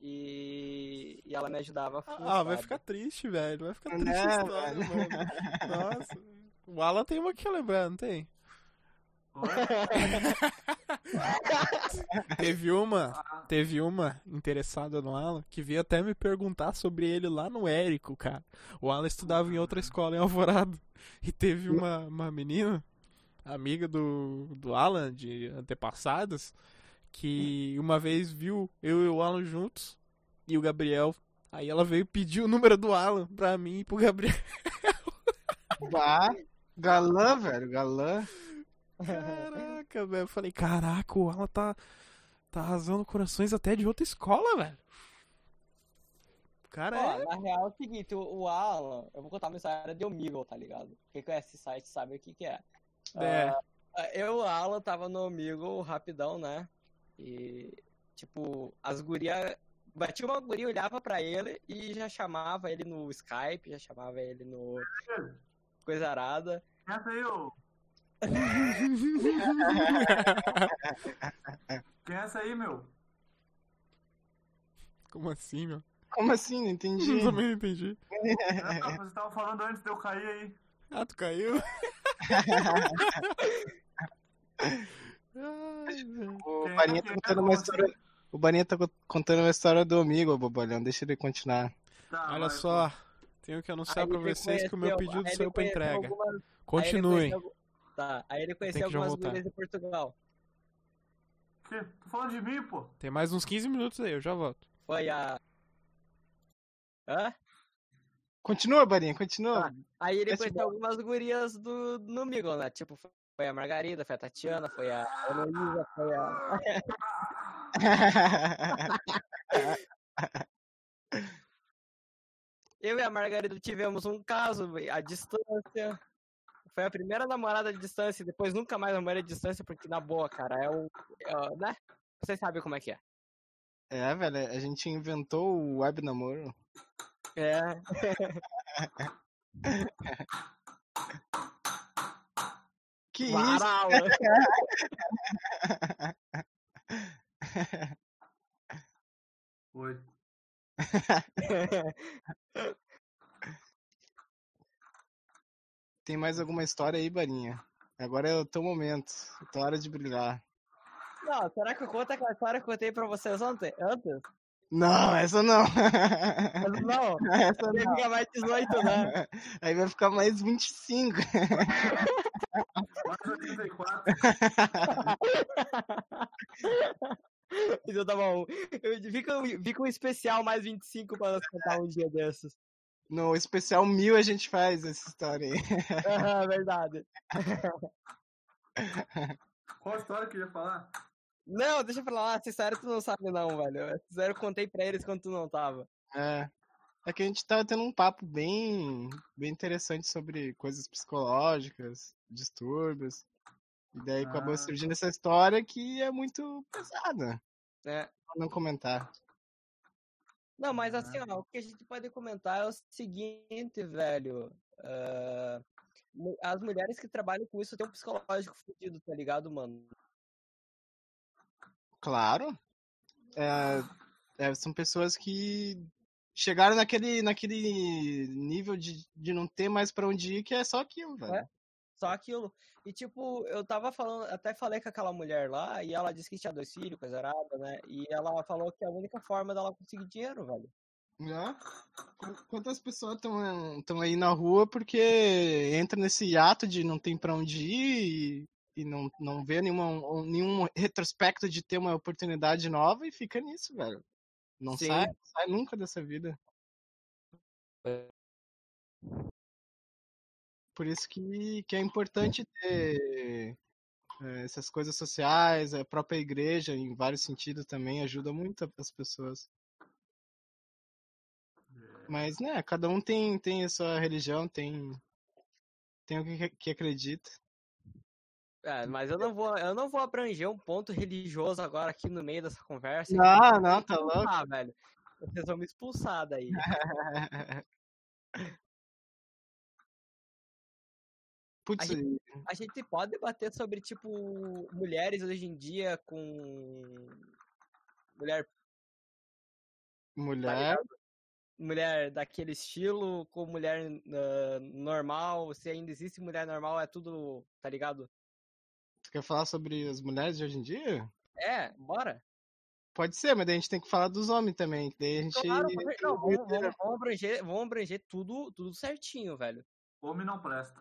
Speaker 4: e, e ela me ajudava. a full,
Speaker 2: Ah, vai
Speaker 4: sabe? [laughs]
Speaker 2: ficar triste, velho. Vai ficar
Speaker 1: Né,
Speaker 2: triste a história,
Speaker 1: velho?
Speaker 2: mano. Nossa. O Alan tem uma que quer lembrar, não tem? [laughs]
Speaker 3: Oi?
Speaker 2: Teve uma,
Speaker 3: Ah,
Speaker 2: teve uma interessada no Alan que veio até me perguntar sobre ele lá no Érico, cara. O Alan estudava em outra escola em Alvorada. [laughs] E teve uma, uma menina, amiga do, do Alan, de antepassados, que uma vez viu eu e o Alan juntos e o Gabriel. Aí ela veio pedir o número do Alan pra mim e pro Gabriel.
Speaker 1: Bah, galã, velho, galã.
Speaker 2: Caraca, velho. Eu falei, caraca, o Alan tá, tá arrasando corações até de outra escola, velho. O Cara,
Speaker 4: Ó,
Speaker 2: é.
Speaker 4: na real é o seguinte, o, o Alan, eu vou contar uma história de Omegle, tá ligado? Quem conhece esse site sabe o que que é.
Speaker 2: é.
Speaker 4: Ah, Eu, o Alan, tava no Omegle rapidão, né? E, tipo, as gurias... Batia uma guria, olhava pra ele e já chamava ele no Skype, já chamava ele no... Coisa arada.
Speaker 3: Essa aí, ô. Quem é essa aí, meu?
Speaker 2: Como assim, meu? [laughs]
Speaker 1: Como assim? Não entendi.
Speaker 2: Eu
Speaker 1: [laughs]
Speaker 2: também não entendi.
Speaker 3: Ah, Você tava falando antes de eu cair aí.
Speaker 2: Ah, tu caiu? Ai, velho.
Speaker 1: Vou
Speaker 3: Quem
Speaker 1: Baninha tá contando uma história. O Baninha tá co- contando uma história do amigo, ô bobolhão. Deixa ele continuar.
Speaker 3: Tá,
Speaker 2: Olha
Speaker 3: vai,
Speaker 2: só, tenho que
Speaker 4: Ah, Aí
Speaker 2: anunciar
Speaker 4: ele
Speaker 2: pra vocês que o meu
Speaker 4: conheceu-
Speaker 2: pedido
Speaker 4: aí ele
Speaker 2: saiu pra
Speaker 4: conheceu
Speaker 2: entrega.
Speaker 4: algumas- aí ele
Speaker 2: Continuem.
Speaker 4: conheceu algu- Tá, aí ele conheceu
Speaker 2: que já
Speaker 4: algumas
Speaker 2: voltar.
Speaker 4: mulheres de Portugal.
Speaker 3: Que- Tô falando de mim, pô.
Speaker 2: Tem mais uns 15 minutos aí, eu já volto.
Speaker 4: Foi a. Hã?
Speaker 1: Continua, Barinha, continua.
Speaker 4: Aí ele
Speaker 1: Esse
Speaker 4: conheceu algumas gurias do no Migo, né? Tipo, foi a Margarida, foi a Tatiana, foi a Heloísa, foi a. Eu e a Margarida tivemos um caso véi, à distância. Foi a primeira namorada de distância, e depois nunca mais namorei de distância, porque na boa, cara, é um. é, né? Vocês sabem como é que é.
Speaker 1: [laughs] é, velho, a gente inventou o web namoro.
Speaker 4: É.
Speaker 1: Que isso?
Speaker 4: Varal!
Speaker 3: Oi.
Speaker 1: Tem mais alguma história aí, Barinha? Agora é o teu momento. É tua hora de brilhar.
Speaker 4: Não, será que eu conto aquela história que eu contei pra vocês ontem? Antes?
Speaker 1: Não, essa não. [laughs]
Speaker 4: Mas não,
Speaker 1: essa
Speaker 4: você
Speaker 1: não.
Speaker 4: fica mais 18, né?
Speaker 1: Aí vai ficar mais 25.
Speaker 3: Quase 84.
Speaker 4: Então tá bom. Eu- Fica, um- fica um especial mais 25 pra nós contar um dia desses.
Speaker 1: No especial mil a gente faz essa história aí. [laughs]
Speaker 4: Aham, verdade.
Speaker 3: Qual a história que eu ia falar?
Speaker 4: Não, deixa pra lá, essa história tu não sabe não, velho. Essa história eu contei pra eles quando tu não tava.
Speaker 1: É. É que a gente tava tendo um papo bem, bem interessante sobre coisas psicológicas, distúrbios. E daí acabou
Speaker 3: Ah.
Speaker 1: surgindo essa história que é muito pesada.
Speaker 4: É.
Speaker 1: pra Não comentar.
Speaker 4: Não, mas assim,
Speaker 1: Ah.
Speaker 4: ó, o que a gente pode comentar é o seguinte, velho. ah, mu- as mulheres que trabalham com isso têm um psicológico fudido, tá ligado, mano?
Speaker 1: Claro. É, é, são pessoas que chegaram naquele, naquele nível de, de não ter mais pra onde ir, que é só aquilo, velho.
Speaker 4: Só aquilo. E tipo, eu tava falando, até falei com aquela mulher lá, e ela disse que tinha dois filhos, coisa errada, né? E ela falou que é a única forma dela conseguir dinheiro, velho.
Speaker 1: Já? Né? Qu- Quantas pessoas estão aí na rua porque entra nesse hiato de não tem pra onde ir e, e não, não vê nenhuma, um- nenhum retrospecto de ter uma oportunidade nova e fica nisso, velho. Não
Speaker 4: Sim.
Speaker 1: sai, não sai nunca dessa vida. Por isso que, que é importante ter eh, essas coisas sociais, a própria igreja, em vários sentidos também, ajuda muito a- as pessoas. Mas, né, cada um tem, tem a sua religião, tem, tem o que, que acredita.
Speaker 4: É, mas eu não vou, eu não vou abranger um ponto religioso agora aqui no meio dessa
Speaker 1: Não,
Speaker 4: conversa.
Speaker 1: [laughs] não, tá louco.
Speaker 4: Ah, velho. Vocês vão me expulsar [laughs] daí.
Speaker 1: Putz,
Speaker 4: A A gente pode debater sobre, tipo, mulheres hoje em dia com. Mulher,
Speaker 1: mulher.
Speaker 4: mulher daquele estilo, com mulher ah, normal. Se ainda existe mulher normal, é tudo, tá ligado?
Speaker 1: Tu quer falar sobre as mulheres de hoje em dia?
Speaker 4: É, bora.
Speaker 1: Pode ser, mas daí a gente tem que falar dos homens também. que Daí a gente.
Speaker 4: Claro, vamos, não, vamos, vamos, vamos abranger, vamos abranger tudo, tudo certinho, velho.
Speaker 3: Homem não presta.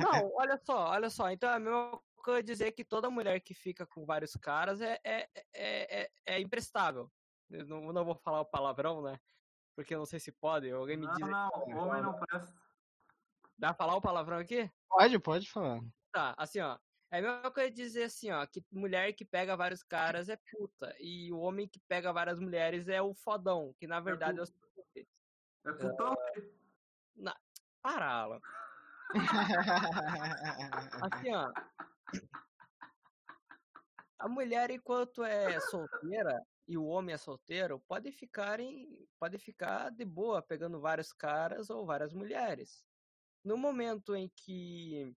Speaker 4: Não, olha só, olha só. Então é a mesma coisa dizer que toda mulher que fica com vários caras é, é, é, é, é imprestável. Eu não, não vou falar o palavrão, né? Porque eu não sei se pode. Alguém me
Speaker 3: Não,
Speaker 4: diz.
Speaker 3: não, homem não presta.
Speaker 4: Dá pra falar o palavrão aqui?
Speaker 1: [laughs] Pode, pode
Speaker 4: [laughs]
Speaker 1: falar.
Speaker 4: Tá, assim, ó. É a mesma coisa dizer assim, ó, que mulher que pega vários caras é puta. E o homem que pega várias mulheres é o fodão, que na verdade é o.
Speaker 3: É putão.
Speaker 4: Parala. Assim, ó. A mulher, enquanto é solteira e o homem é solteiro, pode ficar, em, pode ficar de boa pegando vários caras ou várias mulheres. No momento em que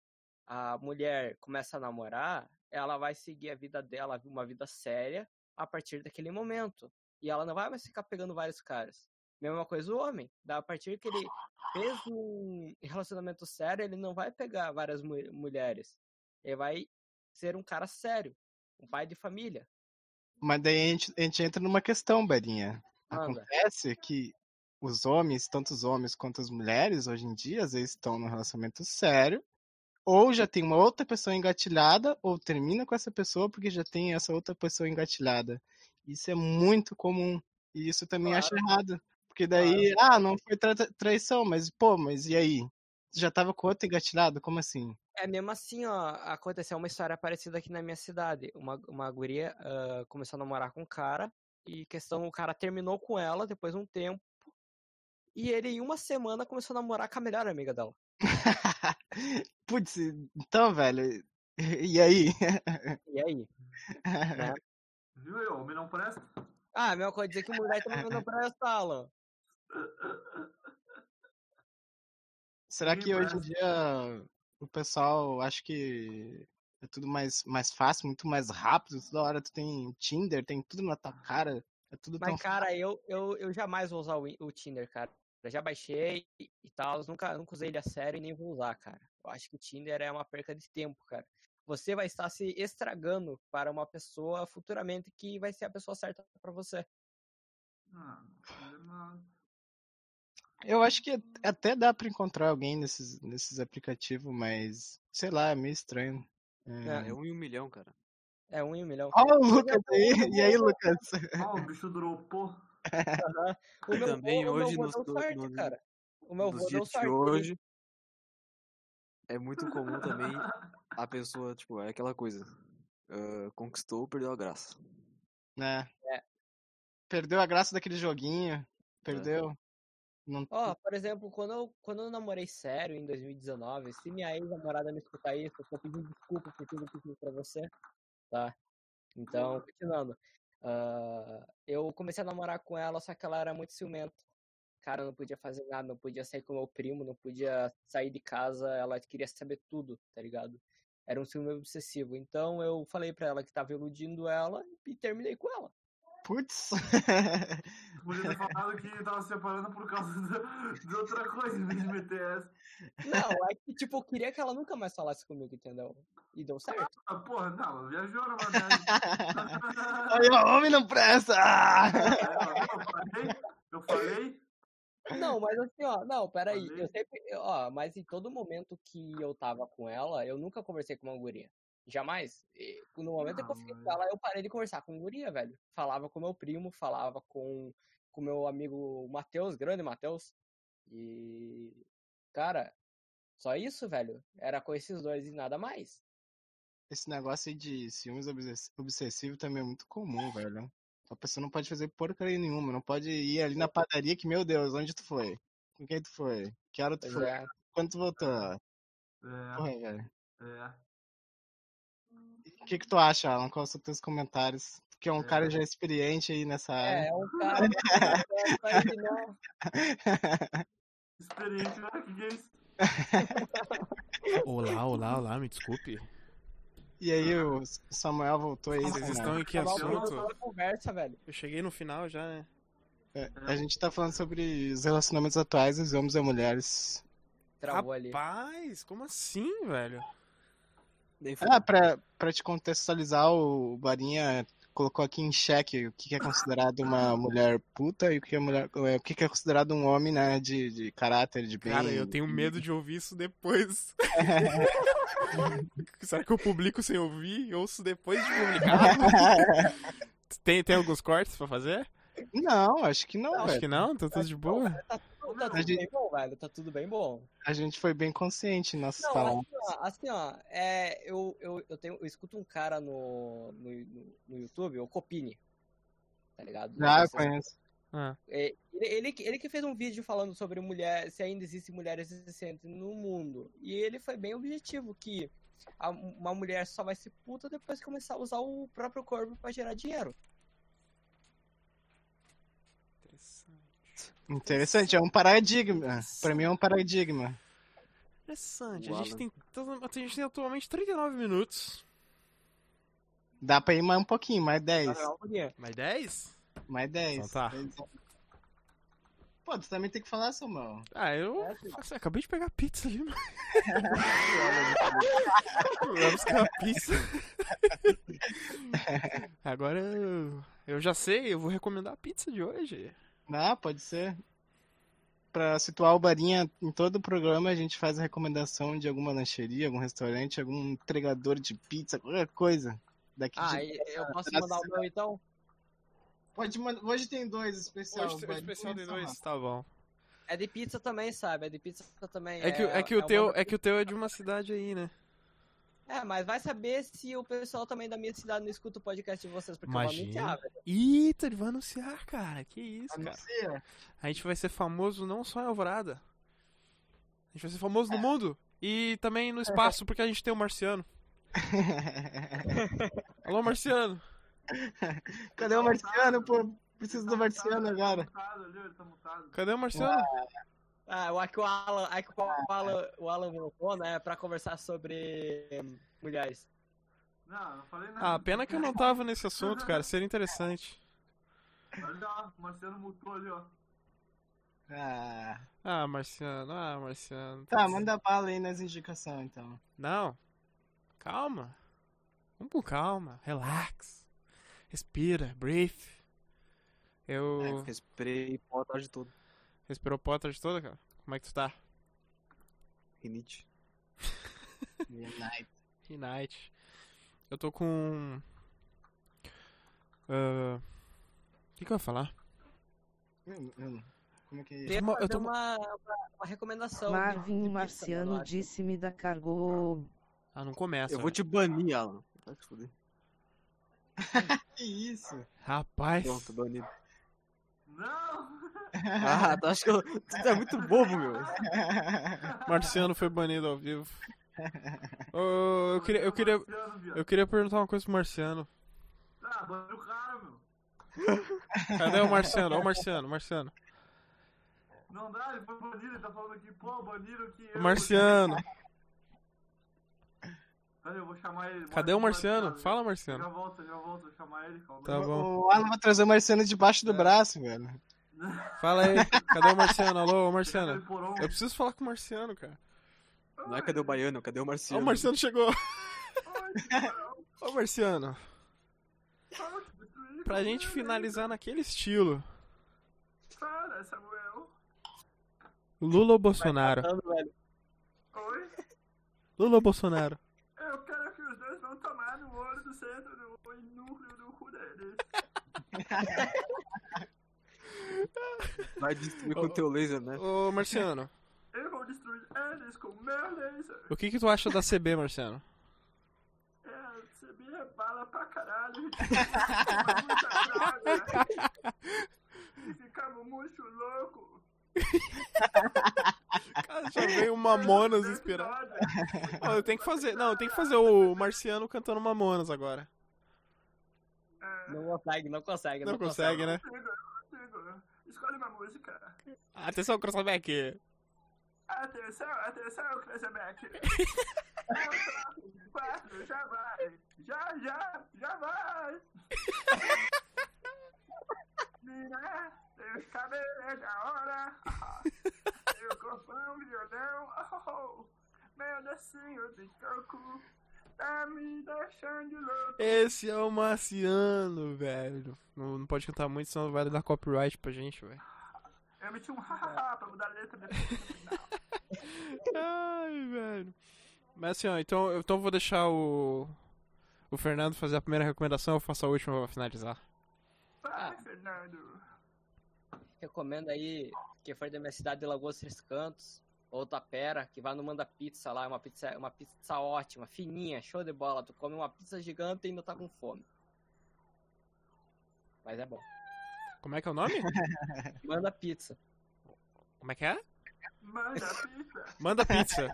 Speaker 4: a mulher começa a namorar, ela vai seguir a vida dela, uma vida séria, a partir daquele momento. E ela não vai mais ficar pegando vários caras. Mesma coisa o homem. Da- A partir que ele fez um relacionamento sério, ele não vai pegar várias mu- mulheres. Ele vai ser um cara sério. um pai de família.
Speaker 1: Mas daí a gente, a gente entra numa questão, Berinha.
Speaker 4: Manda.
Speaker 1: Acontece que os homens, tanto os homens quanto as mulheres, hoje em dia, às vezes estão num relacionamento sério, ou já tem uma outra pessoa engatilhada, ou termina com essa pessoa porque já tem essa outra pessoa engatilhada. Isso é muito comum. E isso eu também
Speaker 4: Claro.
Speaker 1: acho errado. Porque daí, ah, não foi tra- traição, mas pô, mas e aí? Já tava com outro engatilhado? Como assim?
Speaker 4: É mesmo assim, ó, aconteceu uma história parecida aqui na minha cidade. Uma, uma guria ah, começou a namorar com um cara, e questão, o cara terminou com ela depois de um tempo, e ele em uma semana começou a namorar com a melhor amiga dela.
Speaker 1: Putz, então, velho, [laughs] e aí?
Speaker 4: E aí?
Speaker 3: Viu eu? Homem não presta.
Speaker 4: Ah, a mesma coisa dizer que mulher também não presta, Alan.
Speaker 1: Será
Speaker 3: Me
Speaker 1: que hoje em
Speaker 3: parece.
Speaker 1: dia o pessoal acha que é tudo mais, mais fácil, muito mais rápido? Toda hora tu tem Tinder, tem tudo na tua cara. É tudo tão
Speaker 5: Então
Speaker 4: Mas, cara, eu, eu, eu jamais vou usar o, In- o Tinder, cara. Eu já baixei e e tal, nunca, nunca usei ele a sério e nem vou usar, cara. Eu acho que o Tinder é uma perca de tempo, cara. Você vai estar se estragando para uma pessoa futuramente que vai ser a pessoa certa pra você.
Speaker 3: Ah, não.
Speaker 1: Eu acho que at- até dá pra encontrar alguém nesses, nesses aplicativos, mas sei lá, é meio estranho. É.
Speaker 5: É um em um milhão, cara.
Speaker 4: É um em um milhão.
Speaker 1: Ó, o Lucas aí! E aí, Lucas?
Speaker 3: Ah, o bicho dropou.
Speaker 4: O meu
Speaker 5: também
Speaker 4: vô- o meu
Speaker 5: hoje
Speaker 4: vô
Speaker 5: nos-
Speaker 4: deu
Speaker 5: no-
Speaker 4: sorte,
Speaker 5: no-
Speaker 4: cara. O meu
Speaker 5: Nos
Speaker 4: vô deu
Speaker 5: dias
Speaker 4: sorte.
Speaker 5: de
Speaker 4: ele-
Speaker 5: hoje. É muito comum também a pessoa, tipo, é aquela coisa. ah, conquistou, perdeu a graça.
Speaker 1: Né?
Speaker 4: É.
Speaker 1: Perdeu a graça daquele joguinho. Perdeu. Não...
Speaker 4: Ó, por exemplo, quando eu, quando eu namorei sério em 2019, se minha ex-namorada me escutar isso, eu tô pedindo desculpa por tudo que eu fiz pra você, tá? Então, continuando. Ah, eu comecei a namorar com ela, só que ela era muito ciumenta. Cara, eu não podia fazer nada, não podia sair com meu primo, não podia sair de casa, ela queria saber tudo, tá ligado? Era um ciúme obsessivo. Então eu falei pra ela que tava iludindo ela e terminei com ela.
Speaker 1: Putz!
Speaker 3: Podia ter falado que tava se separando por causa de, de outra coisa em vez de meter essa.
Speaker 4: Não, é que, tipo, eu queria que ela nunca mais falasse comigo, entendeu? E deu certo.
Speaker 3: Ah, porra, não, viajou na verdade.
Speaker 1: aí, ó, homem não presta! [laughs] Ah!
Speaker 3: Eu É, falei, eu falei,
Speaker 4: Não, mas assim, ó, não, peraí. Eu
Speaker 3: Falei.
Speaker 4: sempre, eu- ó, mas em todo momento que eu tava com ela, eu nunca conversei com uma guria. Jamais. E no momento que eu
Speaker 3: Ah,
Speaker 4: fiquei com
Speaker 3: mas-
Speaker 4: ela, eu parei de conversar com guria, velho. Falava com meu primo, falava com com meu amigo Matheus, grande Matheus. E, cara, só isso, velho. Era com esses dois e nada mais.
Speaker 1: Esse negócio aí de ciúmes obses- obsessivo também é muito comum, velho. A pessoa não pode fazer porcaria nenhuma, não pode ir ali na padaria que, meu Deus, onde tu foi? Com quem tu foi? Que hora tu
Speaker 4: Pois
Speaker 1: foi?
Speaker 4: é. Ah, tá.
Speaker 1: Quando tu voltou?
Speaker 3: é,
Speaker 1: Porra, velho.
Speaker 3: é.
Speaker 1: O que que tu acha, Alan? Quais são os teus comentários? Porque é um
Speaker 3: É.
Speaker 1: cara já experiente aí nessa área.
Speaker 4: É, é
Speaker 2: [laughs]
Speaker 4: um cara que não gosta aí de não-
Speaker 3: Experiente, né? Que que é isso?
Speaker 2: [laughs] Olá, olá, olá, me desculpe.
Speaker 1: E aí o Samuel voltou aí.
Speaker 2: Vocês
Speaker 1: Samuel.
Speaker 2: estão em que
Speaker 4: Tá mal
Speaker 2: assunto?
Speaker 4: começando a conversa, velho.
Speaker 2: Eu cheguei no final já, né?
Speaker 1: É, A gente tá falando sobre os relacionamentos atuais dos homens e mulheres.
Speaker 4: Travou ali.
Speaker 2: Rapaz, como assim, velho? É,
Speaker 5: Nem foi.
Speaker 1: Ah, pra, pra te contextualizar, o Barinha colocou aqui em xeque o que que é considerado uma mulher puta e o que é, mulher, é, o que que é considerado um homem, né, de, de caráter, de bem.
Speaker 2: Cara, eu tenho medo de ouvir isso depois. [laughs] Será que eu publico sem ouvir e ouço depois de publicado? [laughs] tem, tem alguns cortes pra fazer?
Speaker 1: Não, acho que não,
Speaker 2: Acho
Speaker 1: velho.
Speaker 2: que não, tá tudo de boa.
Speaker 4: Não, Tá
Speaker 3: Não,
Speaker 4: tudo
Speaker 1: gente-
Speaker 4: bem bom, velho. Tá tudo bem bom.
Speaker 1: A gente foi bem consciente em nossas
Speaker 4: Não,
Speaker 2: um
Speaker 1: palavras.
Speaker 4: assim, ó, assim, ó, é, eu, eu, eu, tenho, eu escuto um cara no, no, no- no YouTube, o Copini. Tá ligado?
Speaker 1: Já eu
Speaker 4: Esse-
Speaker 1: conheço.
Speaker 2: Ah,
Speaker 4: é, ele, ele, que- ele que fez um vídeo falando sobre mulher, se ainda existem mulheres existentes no mundo. E ele foi bem objetivo que a- uma mulher só vai ser puta depois que começar a usar o próprio corpo pra gerar dinheiro.
Speaker 2: interessante.
Speaker 1: Interessante, é um paradigma. Pra mim é um paradigma.
Speaker 2: Interessante.
Speaker 5: O
Speaker 2: A gente,
Speaker 5: Alan.
Speaker 2: tem, todo- a gente tem atualmente 39 minutos.
Speaker 1: Dá pra ir mais um pouquinho, mais 10.
Speaker 4: Pra mulher.
Speaker 2: Mais 10?
Speaker 1: Mais 10.
Speaker 2: Então tá.
Speaker 1: Pô, tu também tem que falar, Samuel.
Speaker 2: Ah, eu.
Speaker 4: É, sim.
Speaker 2: Nossa, eu acabei de pegar pizza ali, [laughs] mano. Vamos buscar a pizza. Agora eu, eu já sei, eu vou recomendar a pizza de hoje.
Speaker 1: Ah, pode ser. Pra situar o Barinha, em todo o programa a gente faz a recomendação de alguma lancheria, algum restaurante, algum entregador de pizza, qualquer coisa. Daqui
Speaker 4: Ah,
Speaker 1: de...
Speaker 4: e- eu posso mandar o meu então?
Speaker 1: Pode mandar. Hoje tem dois especial.
Speaker 2: Hoje, o
Speaker 1: Barinha,
Speaker 2: especial de
Speaker 1: essa
Speaker 2: dois,
Speaker 1: massa.
Speaker 2: tá bom.
Speaker 4: É de pizza também, sabe? É de pizza também.
Speaker 2: É que, o- é que o
Speaker 4: uma
Speaker 2: teu,
Speaker 4: outra
Speaker 2: é que o teu é de uma cidade aí, né?
Speaker 4: É, mas vai saber se o pessoal também da minha cidade não escuta o podcast de vocês, porque é
Speaker 2: Imagina.
Speaker 4: eu vou anunciar, velho.
Speaker 2: Eita, ele vai anunciar, cara. Que isso, cara.
Speaker 1: Anuncia.
Speaker 2: A gente vai ser famoso não só em Alvorada. A gente vai ser famoso no mundo e também no espaço, porque a gente tem o Marciano.
Speaker 1: [laughs]
Speaker 2: Alô, Marciano.
Speaker 1: Cadê o Marciano, pô? Preciso do Marciano agora.
Speaker 3: mutado ali, ele tá mutado.
Speaker 2: Cadê o Marciano?
Speaker 4: Ah, o que o Alan, é que o
Speaker 2: Ah,
Speaker 4: Alan, o Alan voltou, né, pra conversar sobre hum, mulheres.
Speaker 3: Não, não falei nada.
Speaker 2: Ah, pena que eu não tava nesse assunto, cara. Seria interessante.
Speaker 3: Olha lá, o Marciano mutou ali, ó.
Speaker 1: Ah,
Speaker 2: Ah, Marciano. Ah, Marciano.
Speaker 1: tá, manda bala aí nas indicações então.
Speaker 2: Não. Calma. Vamos com calma. Relax. Respira. Breathe.
Speaker 5: né,
Speaker 2: Eu...
Speaker 5: Respirei pó a tarde toda.
Speaker 2: Respirou pó a tarde toda, cara? Como é que tu tá?
Speaker 5: Rinite.
Speaker 1: Midnight.
Speaker 2: Night. Eu tô com. Ah, O que, que eu ia falar?
Speaker 1: Hum, hum. Como é que é?
Speaker 4: Queria
Speaker 2: mo- eu
Speaker 4: fazer
Speaker 2: tô mo-
Speaker 4: uma, uma- uma recomendação. de- de
Speaker 6: Marvin
Speaker 4: pizza, mano, eu
Speaker 6: Marciano
Speaker 4: acho.
Speaker 6: disse-me da cargo.
Speaker 2: Ah, não começa.
Speaker 5: Eu vou te banir, Alan. Vai te fuder.
Speaker 1: Que isso?
Speaker 2: Rapaz.
Speaker 5: Pronto, banido.
Speaker 3: Não!
Speaker 5: Ah, tu acha que eu... Tu tá muito bobo, meu.
Speaker 2: [laughs] Marciano foi banido ao
Speaker 5: [laughs]
Speaker 2: vivo. Ô, eu, queria, eu, queria,
Speaker 3: Marciano, viado.
Speaker 2: eu queria perguntar uma coisa pro Marciano.
Speaker 3: Ah, baniu o cara, meu.
Speaker 2: Cadê o Marciano? Ó, o Marciano, Marciano.
Speaker 3: Não dá, ele foi banido, ele tá falando aqui, pô, baniram que
Speaker 2: O
Speaker 3: eu. né?
Speaker 2: Marciano.
Speaker 3: Peraí, eu vou chamar ele.
Speaker 2: Cadê o Marciano? Fala,
Speaker 3: Já
Speaker 2: Marciano.
Speaker 3: volto, já volto, vou chamar ele, calma.
Speaker 2: Tá bom.
Speaker 1: O Alan vai trazer o Marciano debaixo do braço, velho.
Speaker 2: Fala aí. Cadê o Marciano? Alô, ô,
Speaker 3: Ele
Speaker 2: Marciano.
Speaker 3: porou.
Speaker 2: Eu preciso falar com o Marciano, cara.
Speaker 5: Não é cadê o baiano, cadê o
Speaker 2: Ó,
Speaker 5: Marciano?
Speaker 2: o Marciano chegou. Ó, o Marciano. Pra gente finalizar naquele estilo.
Speaker 3: Cara, Samuel.
Speaker 2: Lula ou Bolsonaro?
Speaker 3: Oi?
Speaker 2: Lula ou Bolsonaro?
Speaker 3: Eu quero que os dois vão tomar no olho do centro do o núcleo do cu deles.
Speaker 5: Vai destruir com teu laser, né?
Speaker 2: Ô, Marciano,
Speaker 3: Eu vou destruir eles com é meu laser.
Speaker 2: o que que tu acha da CB, Marciano?
Speaker 3: É, você me é bala pra caralho. [laughs] gente. Muita droga. E ficamos muito loucos.
Speaker 2: Cara, já veio o Mamonas inspirado.
Speaker 3: inspirado.
Speaker 2: Ó, eu tenho que fazer, não, eu tenho que fazer o Marciano cantando Mamonas agora.
Speaker 4: Não consegue, não consegue.
Speaker 2: Não consegue, né?
Speaker 3: né? Escolhe uma música.
Speaker 2: Atenção, Crossback.
Speaker 3: Atenção, atenção, Crescebeck. Quatro, já vai. Já, já, já vai. Mina, os cabelos da hora. E o corpão, violão. Oh, meu docinho de coco. Tá me deixando louco.
Speaker 2: Esse é o Marciano, velho. Não, não pode cantar muito, senão vai dar copyright pra gente, velho.
Speaker 3: Eu meti um
Speaker 2: É.
Speaker 3: hahaha pra mudar a letra depois.
Speaker 2: Ai, velho. Mas assim, ó, então, eu- então eu vou deixar o, o Fernando fazer a primeira recomendação, eu faço a última pra finalizar. Ah.
Speaker 3: Vai, Fernando.
Speaker 4: Recomendo aí, quem for da minha cidade de Lagoas Três Cantos, ou Tapera, que vá no Manda Pizza lá, é uma pizza, uma pizza ótima, fininha, show de bola. Tu come uma pizza gigante e ainda tá com fome. Mas é bom.
Speaker 2: Como é que é o nome?
Speaker 4: Manda pizza.
Speaker 2: Como é que [laughs] é?
Speaker 3: Manda pizza.
Speaker 2: Manda pizza.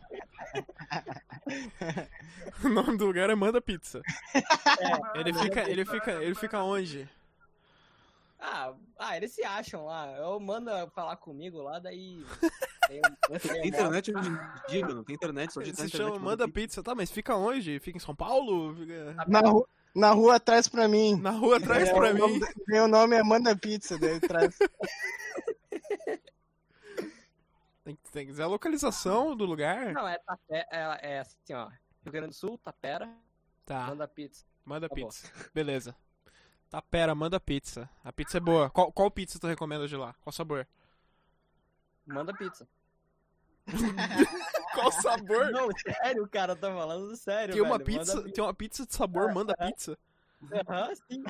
Speaker 2: o nome do lugar é Manda Pizza. Ele fica, ele fica, ele fica onde?
Speaker 4: Ah, ah, eles se acham lá. Eu manda falar comigo lá,
Speaker 2: [laughs]
Speaker 4: daí. daí eu- daí eu
Speaker 5: Tem
Speaker 2: é
Speaker 4: mostro.
Speaker 5: internet hoje em dia, mano. Tem internet. Só
Speaker 2: Ele
Speaker 5: digitar
Speaker 2: se
Speaker 1: é
Speaker 5: na
Speaker 2: chama
Speaker 5: internet.
Speaker 2: Manda Pizza, tá? Mas fica onde? Fica em São Paulo? Fica
Speaker 1: Na, ru- na rua atrás pra mim.
Speaker 2: na rua atrás
Speaker 1: Ah, É,
Speaker 2: pra
Speaker 1: o nome
Speaker 2: mim.
Speaker 1: da- Meu nome é Manda Pizza, daí
Speaker 2: [laughs]
Speaker 1: traz.
Speaker 2: Tem que, tem que dizer a localização do lugar.
Speaker 4: Não, é Tapera. É, é assim, ó. Rio Grande do Sul, Tapera.
Speaker 2: Tá.
Speaker 4: Manda pizza.
Speaker 2: Manda
Speaker 4: Tá bom.
Speaker 2: pizza. Beleza. Tá, pera, manda pizza. A pizza é boa. Qual, qual pizza tu recomenda de lá? Qual sabor?
Speaker 4: Manda pizza.
Speaker 2: [laughs] Qual sabor?
Speaker 4: Não, sério, cara, tá falando sério.
Speaker 2: Tem uma
Speaker 4: velho, manda É.
Speaker 2: pizza, tem uma pizza de sabor, manda pizza.
Speaker 4: pizza. Aham, sim.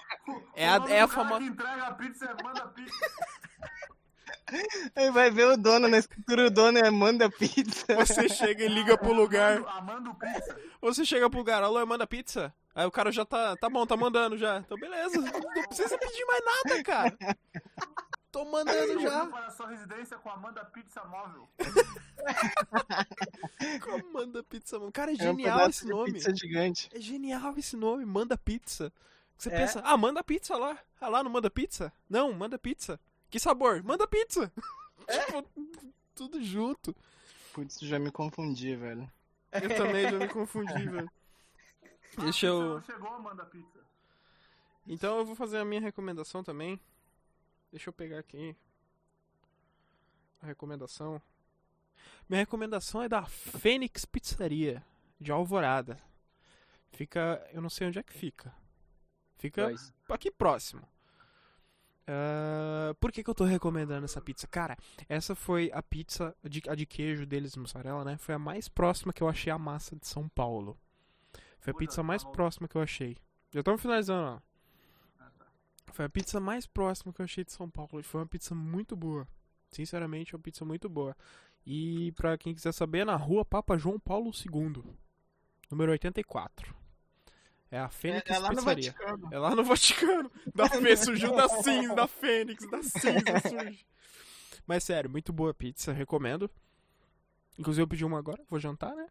Speaker 2: É a-
Speaker 3: O nome
Speaker 2: é a
Speaker 3: do cara
Speaker 2: [laughs] famosa-
Speaker 3: que entrega a pizza é manda pizza.
Speaker 1: Aí vai ver o dono na escritura, o dono é manda pizza.
Speaker 2: Você chega e liga pro lugar.
Speaker 3: Amando pizza.
Speaker 2: Você chega pro lugar, alô, manda pizza. Aí o cara já tá, tá bom, tá mandando já. Então beleza, não precisa pedir mais nada, cara. Tô mandando
Speaker 3: Já.
Speaker 2: já.
Speaker 3: Para a sua residência com Amanda Pizza Móvel.
Speaker 2: Como manda pizza, mano? Cara, é
Speaker 1: É um
Speaker 2: genial
Speaker 1: pedaço
Speaker 2: esse
Speaker 1: de
Speaker 2: nome.
Speaker 1: Pizza gigante.
Speaker 2: É genial esse nome, manda pizza. Você
Speaker 4: É.
Speaker 2: pensa, ah, manda pizza lá. Ah, lá não manda pizza? Não, manda pizza. Que sabor? Manda pizza. [laughs] tipo, tudo junto.
Speaker 1: Putz, já me confundi, velho.
Speaker 2: Eu também já me confundi, velho. Deixa
Speaker 3: Então
Speaker 2: eu.
Speaker 3: não chegou Amanda Pizza.
Speaker 2: Então eu vou fazer a minha recomendação também. Deixa eu pegar aqui. A recomendação. Minha recomendação é da Fênix Pizzaria, de Alvorada. Fica. Eu não sei onde é que fica. Fica
Speaker 4: Dois.
Speaker 2: aqui próximo. Ah, por que, que eu tô recomendando essa pizza? Cara, essa foi a pizza, de, a de queijo deles, mussarela, né? Foi a mais próxima que eu achei a massa de São Paulo. Foi a
Speaker 3: Puta,
Speaker 2: pizza
Speaker 3: tá
Speaker 2: mais
Speaker 3: bom.
Speaker 2: próxima que eu achei. Já estamos finalizando,
Speaker 1: Ah, tá.
Speaker 2: ó. Foi a pizza mais próxima que eu achei de São Paulo. e Foi uma pizza muito boa. Sinceramente, é uma pizza muito boa. E pra quem quiser saber, é na rua Papa João Paulo II, número 84. É a Fênix
Speaker 1: é, é lá no
Speaker 2: Pizzaria.
Speaker 1: Vaticano.
Speaker 2: É lá no Vaticano. Da Fê surgiu da cinza, da Fênix, da cinza surge. Mas sério, muito boa pizza, recomendo. Inclusive eu pedi uma agora, vou jantar, né?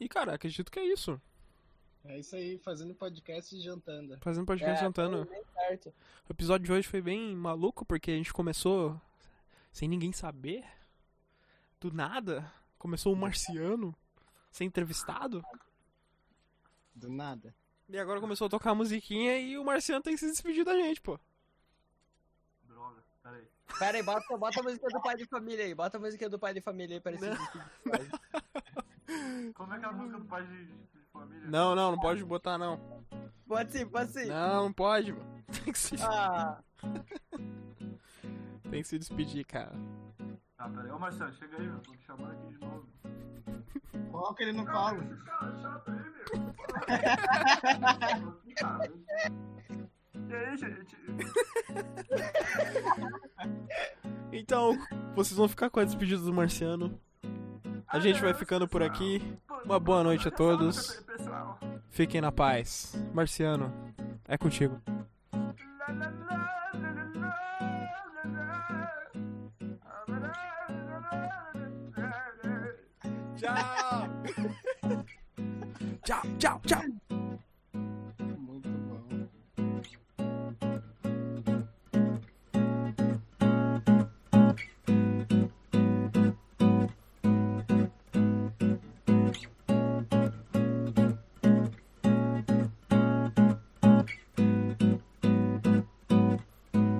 Speaker 2: E cara, acredito que é isso.
Speaker 1: É isso aí, fazendo podcast e jantando.
Speaker 2: Fazendo podcast
Speaker 4: É,
Speaker 2: jantando.
Speaker 4: bem certo.
Speaker 2: O episódio de hoje foi bem maluco, porque a gente começou sem ninguém saber. Do nada. Começou o marciano, sem entrevistado.
Speaker 1: Do nada.
Speaker 2: E agora começou a tocar a musiquinha e o marciano tem que se despedir da gente, pô.
Speaker 3: Droga, peraí.
Speaker 4: Pera aí, bota, bota a música do pai de família aí. Bota a música do pai de família aí pra esse
Speaker 3: Como é que é a música do pai de, de- de família?
Speaker 2: Não, não, não pode botar não.
Speaker 4: Pode sim, pode sim.
Speaker 2: Não, não pode, mano. [laughs] Tem que se,
Speaker 4: Ah,
Speaker 2: tem que se despedir, cara.
Speaker 3: Ah, peraí. Ô, Marcelo, chega aí, meu. Tô te chamando aqui de novo.
Speaker 1: Coloca ele no colo.
Speaker 3: Esse cara é chato aí, meu. Aqui, cara. E aí, gente?
Speaker 2: Então, vocês vão ficar com a despedida do Marciano. A gente vai ficando por aqui. Uma boa noite a todos.
Speaker 3: é Pessoal.
Speaker 2: Fiquem na paz. Marciano, é contigo.
Speaker 3: Ah,
Speaker 2: Tchau. tchau, tchau, tchau.